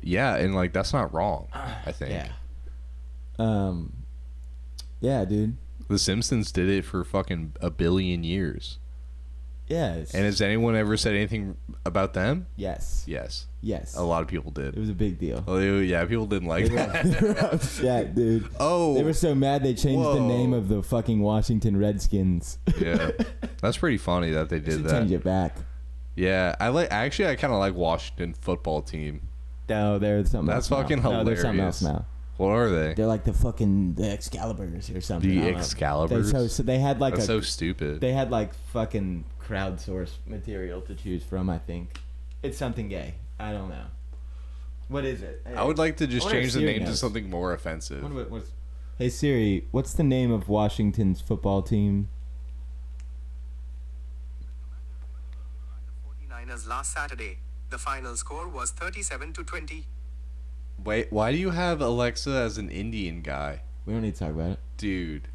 Speaker 1: Yeah, and like that's not wrong. I think.
Speaker 2: Yeah.
Speaker 3: Um, yeah, dude.
Speaker 1: The Simpsons did it for fucking a billion years.
Speaker 3: Yes.
Speaker 1: And has anyone ever said anything about them?
Speaker 3: yes.
Speaker 1: Yes.
Speaker 3: Yes.
Speaker 1: A lot of people
Speaker 3: It
Speaker 1: did.
Speaker 3: was a big deal.
Speaker 1: Oh, they- yeah, people didn't like that.
Speaker 3: yeah, dude.
Speaker 1: Oh,
Speaker 3: They were so mad they changed the
Speaker 1: Whoa.
Speaker 3: name of the fucking Washington Redskins.
Speaker 1: yeah. That's pretty funny that they did
Speaker 3: Should change
Speaker 1: that.
Speaker 3: it back.
Speaker 1: Yeah, I like actually I kind of like Washington football team.
Speaker 3: No, there's something.
Speaker 1: That's
Speaker 3: else
Speaker 1: fucking
Speaker 3: now. No, there's something
Speaker 1: hilarious.
Speaker 3: else now.
Speaker 1: What are they?
Speaker 3: They're like the fucking the Excaliburs or something.
Speaker 1: The
Speaker 3: I don't know.
Speaker 1: Excalibur.
Speaker 3: They so, so they had like
Speaker 1: That's
Speaker 3: a
Speaker 1: so stupid.
Speaker 2: They had like fucking crowdsourced material to choose from. I think it's something gay. I don't know. What is it?
Speaker 1: I would like to just
Speaker 2: wonder if
Speaker 1: change the
Speaker 2: Siri
Speaker 1: name to
Speaker 2: knows.
Speaker 1: something more offensive.
Speaker 2: What, what, what's,
Speaker 3: Hey Siri, what's the name of Washington's football team?
Speaker 5: 49ers last Saturday. The final score was 37 to 20.
Speaker 1: Wait, why do you have Alexa as an Indian guy?
Speaker 3: We don't need to talk about it.
Speaker 1: dude.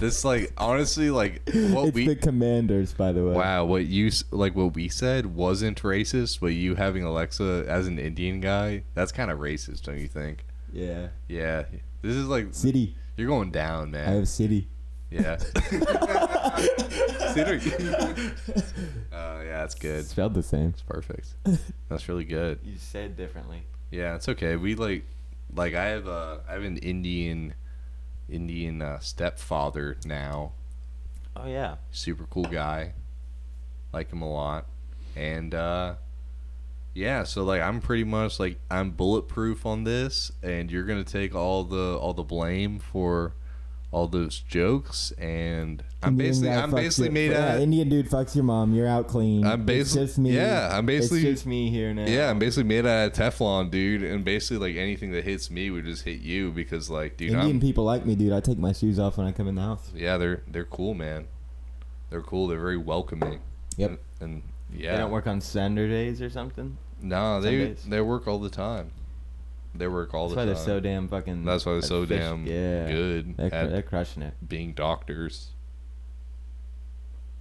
Speaker 1: this like honestly like what
Speaker 3: it's
Speaker 1: we
Speaker 3: the Commanders, by the way.
Speaker 1: wow what you s- like what we said wasn't racist, but you having Alexa as an Indian guy that's kind of racist, don't you think?
Speaker 2: yeah.
Speaker 1: Yeah, this is like
Speaker 3: City.
Speaker 1: you're going down,
Speaker 3: I
Speaker 1: man.
Speaker 3: have city.
Speaker 1: Yeah. Cedric. Oh yeah, that's good.
Speaker 3: It's spelled the same.
Speaker 1: It's perfect. That's really good.
Speaker 4: You said differently.
Speaker 1: Yeah, it's okay. We like like I have a I have an Indian Indian uh, stepfather now.
Speaker 4: Oh yeah.
Speaker 1: super cool guy like him a lot and uh yeah so like i'm pretty much like i'm bulletproof on this and you're gonna take all the all the blame for all those jokes and i'm
Speaker 3: Indian
Speaker 1: basically
Speaker 3: guy
Speaker 1: i'm
Speaker 3: fucks
Speaker 1: basically
Speaker 3: your-
Speaker 1: made
Speaker 3: yeah,
Speaker 1: out
Speaker 3: Indian dude fucks your mom. You're out clean.
Speaker 1: i'm
Speaker 3: It's
Speaker 1: basically
Speaker 3: just me.
Speaker 1: yeah i'm basically
Speaker 2: It's just me here now.
Speaker 1: yeah, I'm basically made out of Teflon, dude, and basically like anything that hits me would just hit you because like, dude,
Speaker 3: Indian
Speaker 1: I'm
Speaker 3: people like me, dude. I take my shoes off when I come in the house.
Speaker 1: yeah, they're they're cool, man. They're cool. They're very welcoming.
Speaker 3: Yep.
Speaker 1: And, and yeah,
Speaker 4: They don't work on Saturdays or something.
Speaker 1: No, they
Speaker 4: days.
Speaker 1: they work all the time. They work all
Speaker 4: That's
Speaker 1: the
Speaker 4: why they're
Speaker 1: time.
Speaker 4: so damn fucking.
Speaker 1: That's why they're so
Speaker 4: efficient.
Speaker 1: damn
Speaker 4: Yeah.
Speaker 1: good
Speaker 4: They're, cr-
Speaker 1: at
Speaker 4: they're crushing it.
Speaker 1: being doctors.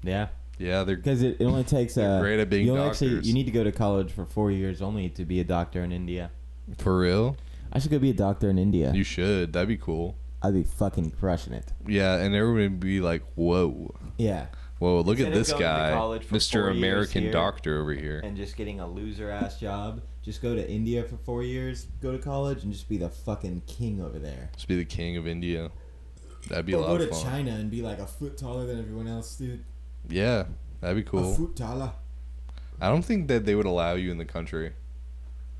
Speaker 4: Yeah.
Speaker 1: Yeah, they're
Speaker 3: Because it, it only takes uh,
Speaker 1: great at being
Speaker 3: you only
Speaker 1: doctors.
Speaker 3: Actually, you
Speaker 2: You
Speaker 3: need
Speaker 2: need to go to college for four years only to be a doctor in India.
Speaker 1: for real.
Speaker 3: I should go be a doctor in India.
Speaker 1: You should. That'd be cool.
Speaker 3: I'd be fucking crushing it.
Speaker 1: Yeah, and everyone would be like, "Whoa!"
Speaker 3: Yeah.
Speaker 1: Whoa, look
Speaker 6: Instead
Speaker 1: at
Speaker 6: of
Speaker 1: this
Speaker 6: going to
Speaker 1: guy,
Speaker 6: college for four
Speaker 1: Mr.
Speaker 6: years
Speaker 1: American
Speaker 6: here
Speaker 1: Doctor over here.
Speaker 3: and just getting a loser ass job. Just go to India for four years, go to college, and just be the fucking king over there.
Speaker 1: Just be the king of India. That'd be a
Speaker 3: Or
Speaker 1: lot
Speaker 3: go
Speaker 1: of
Speaker 3: to
Speaker 1: fun.
Speaker 3: China and be like a foot taller than everyone else, dude.
Speaker 1: Yeah, that'd be
Speaker 3: A
Speaker 1: cool.
Speaker 3: foot taller.
Speaker 1: I don't think that they would allow you in the country.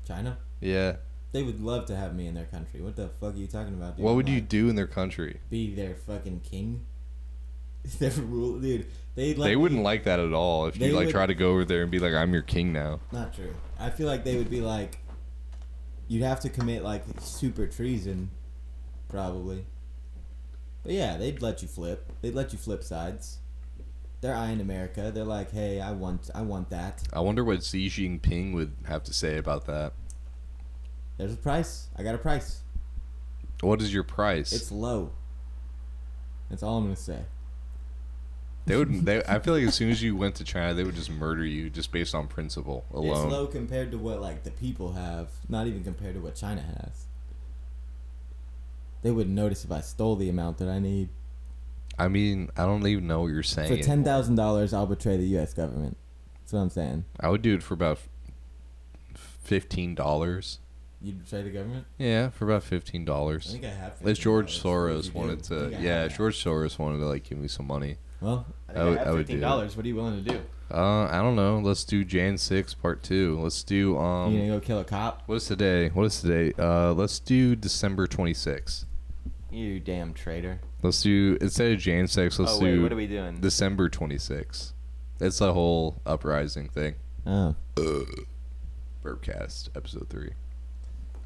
Speaker 3: China.
Speaker 1: Yeah.
Speaker 3: They would love to have me in their country. What the fuck are you talking about, dude?
Speaker 1: What
Speaker 3: I'm
Speaker 1: would you
Speaker 3: not-
Speaker 1: do in their country?
Speaker 3: be their fucking king? their rule, dude. They'd like
Speaker 1: They
Speaker 3: me-
Speaker 1: wouldn't like that at all if you
Speaker 3: They
Speaker 1: like
Speaker 3: would-
Speaker 1: try to go over there and be like, "I'm your king now."
Speaker 3: Not true. I feel like they would be like, you'd have to commit like super treason, probably. But yeah, they'd let you flip. They'd let you flip sides. They're eyeing America. They're like, hey, I want, I want that.
Speaker 1: I wonder what Xi Jinping would have to say about that.
Speaker 3: There's a price. I got a price.
Speaker 1: What is your price?
Speaker 3: It's low. That's all I'm gonna say.
Speaker 1: They would. They, I feel like as soon as you went to China, they would just murder you just based on principle
Speaker 3: It's
Speaker 1: alone.
Speaker 3: low compared to what like the people have. Not even compared to what China has. They wouldn't notice if I stole the amount that I need.
Speaker 1: I mean, I don't even know what you're saying.
Speaker 3: For
Speaker 1: anymore.
Speaker 3: ten thousand dollars, I'll betray the U.S. government. That's what I'm saying.
Speaker 1: I would do it for about fifteen dollars.
Speaker 3: You'd betray the government?
Speaker 1: Yeah, for about fifteen
Speaker 3: I
Speaker 1: dollars.
Speaker 3: think I have.
Speaker 1: Unless George
Speaker 3: $15.
Speaker 1: Soros
Speaker 3: You do?
Speaker 1: wanted
Speaker 3: I
Speaker 1: to,
Speaker 3: think I
Speaker 1: yeah,
Speaker 3: have that.
Speaker 1: George Soros wanted to like give me some money.
Speaker 3: Well,
Speaker 6: I
Speaker 1: I
Speaker 6: think I,
Speaker 1: would-
Speaker 6: have
Speaker 1: I would do
Speaker 6: fifteen
Speaker 1: it.
Speaker 6: dollars. What are you willing to do?
Speaker 1: Uh, I don't know. Let's do Jan six part two. Let's do um.
Speaker 3: you gonna go kill a cop?
Speaker 1: What is today? What is today? Uh, let's do December twenty sixth.
Speaker 6: You damn traitor.
Speaker 1: Let's do instead of Jan six. Let's
Speaker 6: oh wait,
Speaker 1: do
Speaker 6: what are we doing?
Speaker 1: December twenty sixth. It's the whole uprising thing.
Speaker 3: Oh,
Speaker 1: Burpcast episode three.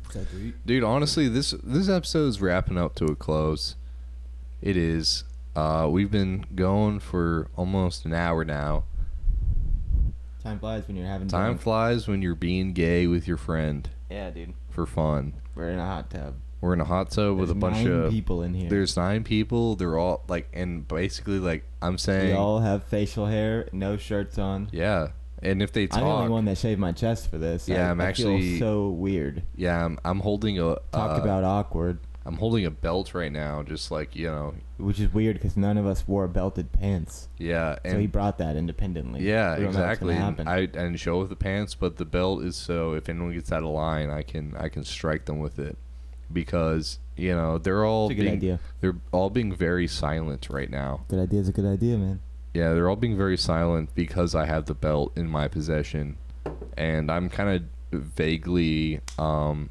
Speaker 3: is that great?
Speaker 1: Dude, honestly, this this episode's wrapping up to a close. It is. Uh, we've been going for almost an hour now.
Speaker 3: Time flies when you're having
Speaker 1: Time
Speaker 3: fun.
Speaker 1: flies when you're being gay with your friend
Speaker 6: yeah, dude.
Speaker 1: for fun.
Speaker 3: We're in a hot tub
Speaker 1: We're in a hot tub with a
Speaker 3: There's
Speaker 1: bunch
Speaker 3: nine
Speaker 1: of
Speaker 3: people in here.
Speaker 1: There's nine people. They're all like, and basically like I'm
Speaker 3: we
Speaker 1: saying,
Speaker 3: all have facial hair, no shirts on.
Speaker 1: yeah. And if they
Speaker 3: I'm the only
Speaker 1: talk,
Speaker 3: one that shaved my chest for this. I-
Speaker 1: Yeah, I'm
Speaker 3: I
Speaker 1: actually-
Speaker 3: feel so weird.
Speaker 1: yeah, I'm, I'm holding a
Speaker 3: Talk
Speaker 1: uh,
Speaker 3: about awkward,
Speaker 1: I'm holding a belt right now, just like you know,
Speaker 3: which is weird because none of us wore belted pants.
Speaker 1: yeah. And
Speaker 3: so he brought that independently.
Speaker 1: Yeah,
Speaker 3: We don't know what's gonna
Speaker 1: exactly. And
Speaker 3: happen.
Speaker 1: I I didn't show with the pants, but the belt is so if anyone gets out of line, I can I can strike them with it because you know they're all
Speaker 3: It's a good
Speaker 1: being,
Speaker 3: idea.
Speaker 1: they're all being very silent right now.
Speaker 3: Good idea's a good idea, man.
Speaker 1: Yeah, they're all being very silent because I have the belt in my possession, and I'm kind of vaguely um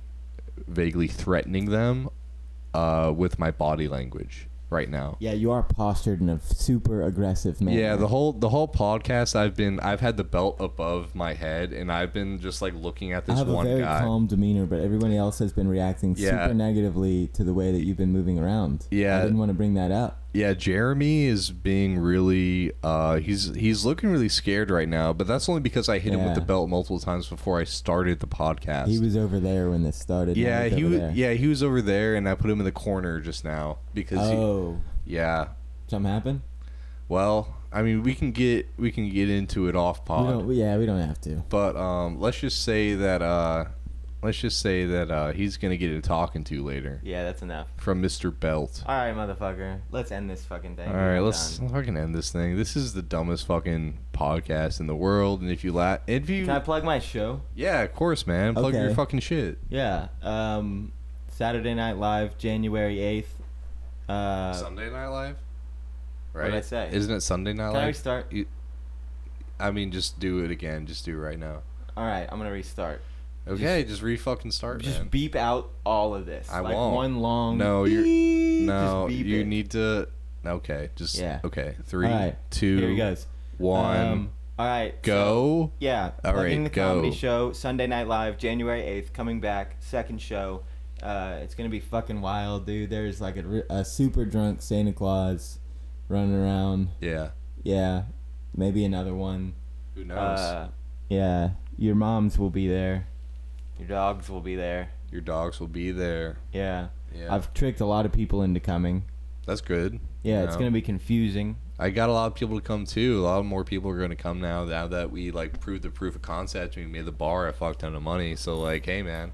Speaker 1: vaguely threatening them uh with my body language right now.
Speaker 3: Yeah, you are postured in a super aggressive manner.
Speaker 1: Yeah, the whole the whole podcast I've been I've had the belt above my head and I've been just like looking at
Speaker 3: I
Speaker 1: this
Speaker 3: have a
Speaker 1: one
Speaker 3: very
Speaker 1: guy.
Speaker 3: calm demeanor, but everybody else has been reacting
Speaker 1: Yeah.
Speaker 3: super negatively to the way that you've been moving around.
Speaker 1: Yeah.
Speaker 3: I didn't want to bring that up.
Speaker 1: Yeah, Jeremy is being really uh he's he's looking really scared right now, but that's only because I hit him with the
Speaker 3: Yeah.
Speaker 1: belt multiple times before I started the podcast.
Speaker 3: He was over there when this started. and I
Speaker 1: yeah,
Speaker 3: was
Speaker 1: he
Speaker 3: over
Speaker 1: was
Speaker 3: there.
Speaker 1: yeah, he was over there and I put him in the corner just now because
Speaker 3: Oh,
Speaker 1: he, yeah.
Speaker 3: something happened?
Speaker 1: Well, I mean, we can get we can get into it off pod.
Speaker 3: We don't. we- Yeah, we don't have to.
Speaker 1: But um, let's just say that uh, let's just say that uh, he's gonna get a talking to later
Speaker 6: Yeah, that's enough.
Speaker 1: from Mr. Belt.
Speaker 6: All right, motherfucker. Let's end this fucking thing.
Speaker 1: All right,
Speaker 6: I'm
Speaker 1: let's
Speaker 6: done.
Speaker 1: fucking end this thing. This is the dumbest fucking podcast in the world. And if you la- if you
Speaker 6: Can I plug my show?
Speaker 1: yeah, of course, man, plug your
Speaker 3: Okay.
Speaker 1: fucking shit.
Speaker 6: Yeah. Um, Saturday Night Live, January eighth. Uh,
Speaker 1: Sunday Night Live. Right.
Speaker 6: What'd I say?
Speaker 1: Isn't it Sunday Night
Speaker 6: can I
Speaker 1: Live?
Speaker 6: restart?
Speaker 1: I mean, just do it again. Just do it right now.
Speaker 6: All right, I'm gonna restart.
Speaker 1: Okay, just, re fucking start,
Speaker 6: Just
Speaker 1: man.
Speaker 6: beep out all of this.
Speaker 1: I
Speaker 6: like
Speaker 1: won't.
Speaker 6: one long.
Speaker 1: No, you're-
Speaker 6: beep,
Speaker 1: no,
Speaker 6: just beep
Speaker 1: you
Speaker 6: it.
Speaker 1: need to. Okay, just
Speaker 6: Yeah.
Speaker 1: Okay, three,
Speaker 3: All right,
Speaker 1: two,
Speaker 6: Here he goes.
Speaker 1: one.
Speaker 6: Um, all right.
Speaker 1: go.
Speaker 6: Yeah.
Speaker 1: All
Speaker 6: plugging
Speaker 1: right,
Speaker 6: the comedy
Speaker 1: go.
Speaker 6: show Sunday Night Live, January eighth, coming back, second show. Uh, it's gonna be fucking wild, dude. There's like a. Re-
Speaker 3: A super drunk Santa Claus running around.
Speaker 1: Yeah.
Speaker 3: Yeah, maybe another one.
Speaker 1: Who knows?
Speaker 6: uh,
Speaker 3: Yeah, your moms will be there.
Speaker 6: your dogs will be there.
Speaker 1: Your dogs will be there.
Speaker 6: Yeah.
Speaker 1: Yeah.
Speaker 3: I've tricked a lot of people into coming.
Speaker 1: That's good.
Speaker 3: Yeah,
Speaker 1: you
Speaker 3: it's
Speaker 1: know?
Speaker 3: gonna be confusing.
Speaker 1: I got a lot of people to come too. A lot more people are going to come now. Now that we like proved the proof of concept, we made the bar a fuck ton of money. So like, hey man,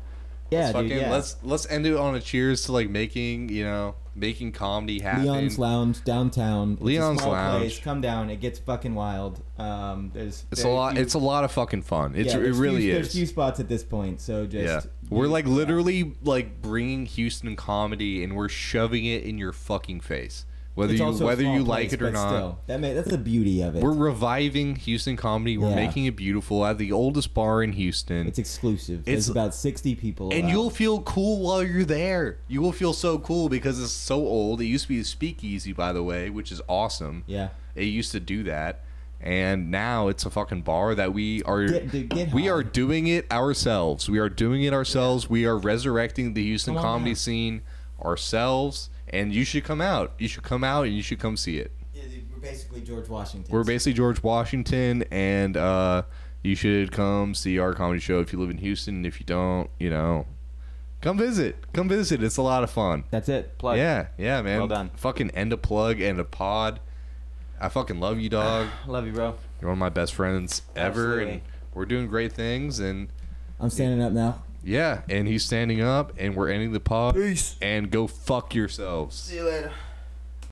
Speaker 3: Yeah,
Speaker 1: let's
Speaker 3: dude. yeah.
Speaker 1: let's let's end it on a cheers to like making you know making comedy happen.
Speaker 3: Leon's Lounge downtown. It's a
Speaker 1: Leon's
Speaker 2: Small place,
Speaker 1: Lounge.
Speaker 2: come down. It gets fucking wild. Um, there's
Speaker 1: It's a
Speaker 2: very
Speaker 1: lot.
Speaker 2: few-
Speaker 1: It's a lot of fucking fun.
Speaker 2: yeah,
Speaker 1: It's it
Speaker 2: there's
Speaker 1: really
Speaker 2: few, There's
Speaker 1: is.
Speaker 2: few spots at this point, so just
Speaker 1: yeah, we're like literally like bringing Houston comedy and we're shoving it in your fucking face, whether
Speaker 2: It's
Speaker 1: you
Speaker 2: also a
Speaker 1: whether
Speaker 2: small
Speaker 1: you
Speaker 2: place,
Speaker 1: like it or
Speaker 2: but
Speaker 1: not.
Speaker 2: still.
Speaker 3: That may, that's the beauty of it.
Speaker 1: We're reviving Houston comedy. We're
Speaker 3: Yeah.
Speaker 1: making it beautiful at the oldest bar in Houston.
Speaker 3: it's exclusive. There's
Speaker 1: It's-
Speaker 3: about 60 people.
Speaker 1: and
Speaker 3: allowed.
Speaker 1: you'll feel cool while you're there. You will feel so cool because it's so old. It used to be a speakeasy, by the way, which is awesome.
Speaker 2: Yeah.
Speaker 1: It used to do that. And now it's a fucking bar that we are
Speaker 3: Get- dude, get
Speaker 1: we
Speaker 3: high.
Speaker 1: are doing it ourselves. We are doing it ourselves. We are resurrecting the Houston
Speaker 3: Come on
Speaker 1: comedy
Speaker 3: down.
Speaker 1: scene ourselves. And you should come out. You should come out and you should come see it.
Speaker 2: Yeah, dude, we're basically George Washington.
Speaker 1: We're basically George Washington, and uh, you should come see our comedy show if you live in Houston. And if you don't, you know, come visit. Come visit. It's a lot of fun.
Speaker 4: That's it. Plug.
Speaker 1: Yeah, yeah, man.
Speaker 4: Well done.
Speaker 1: Fucking end a plug and a pod. I fucking love you, dog.
Speaker 4: Love you, bro.
Speaker 1: You're one of my best friends ever, and
Speaker 4: Absolutely.
Speaker 1: we're doing great things. And
Speaker 3: I'm standing up now.
Speaker 1: yeah, and he's standing up, and we're ending the pod. Peace. And go fuck yourselves.
Speaker 4: See you later.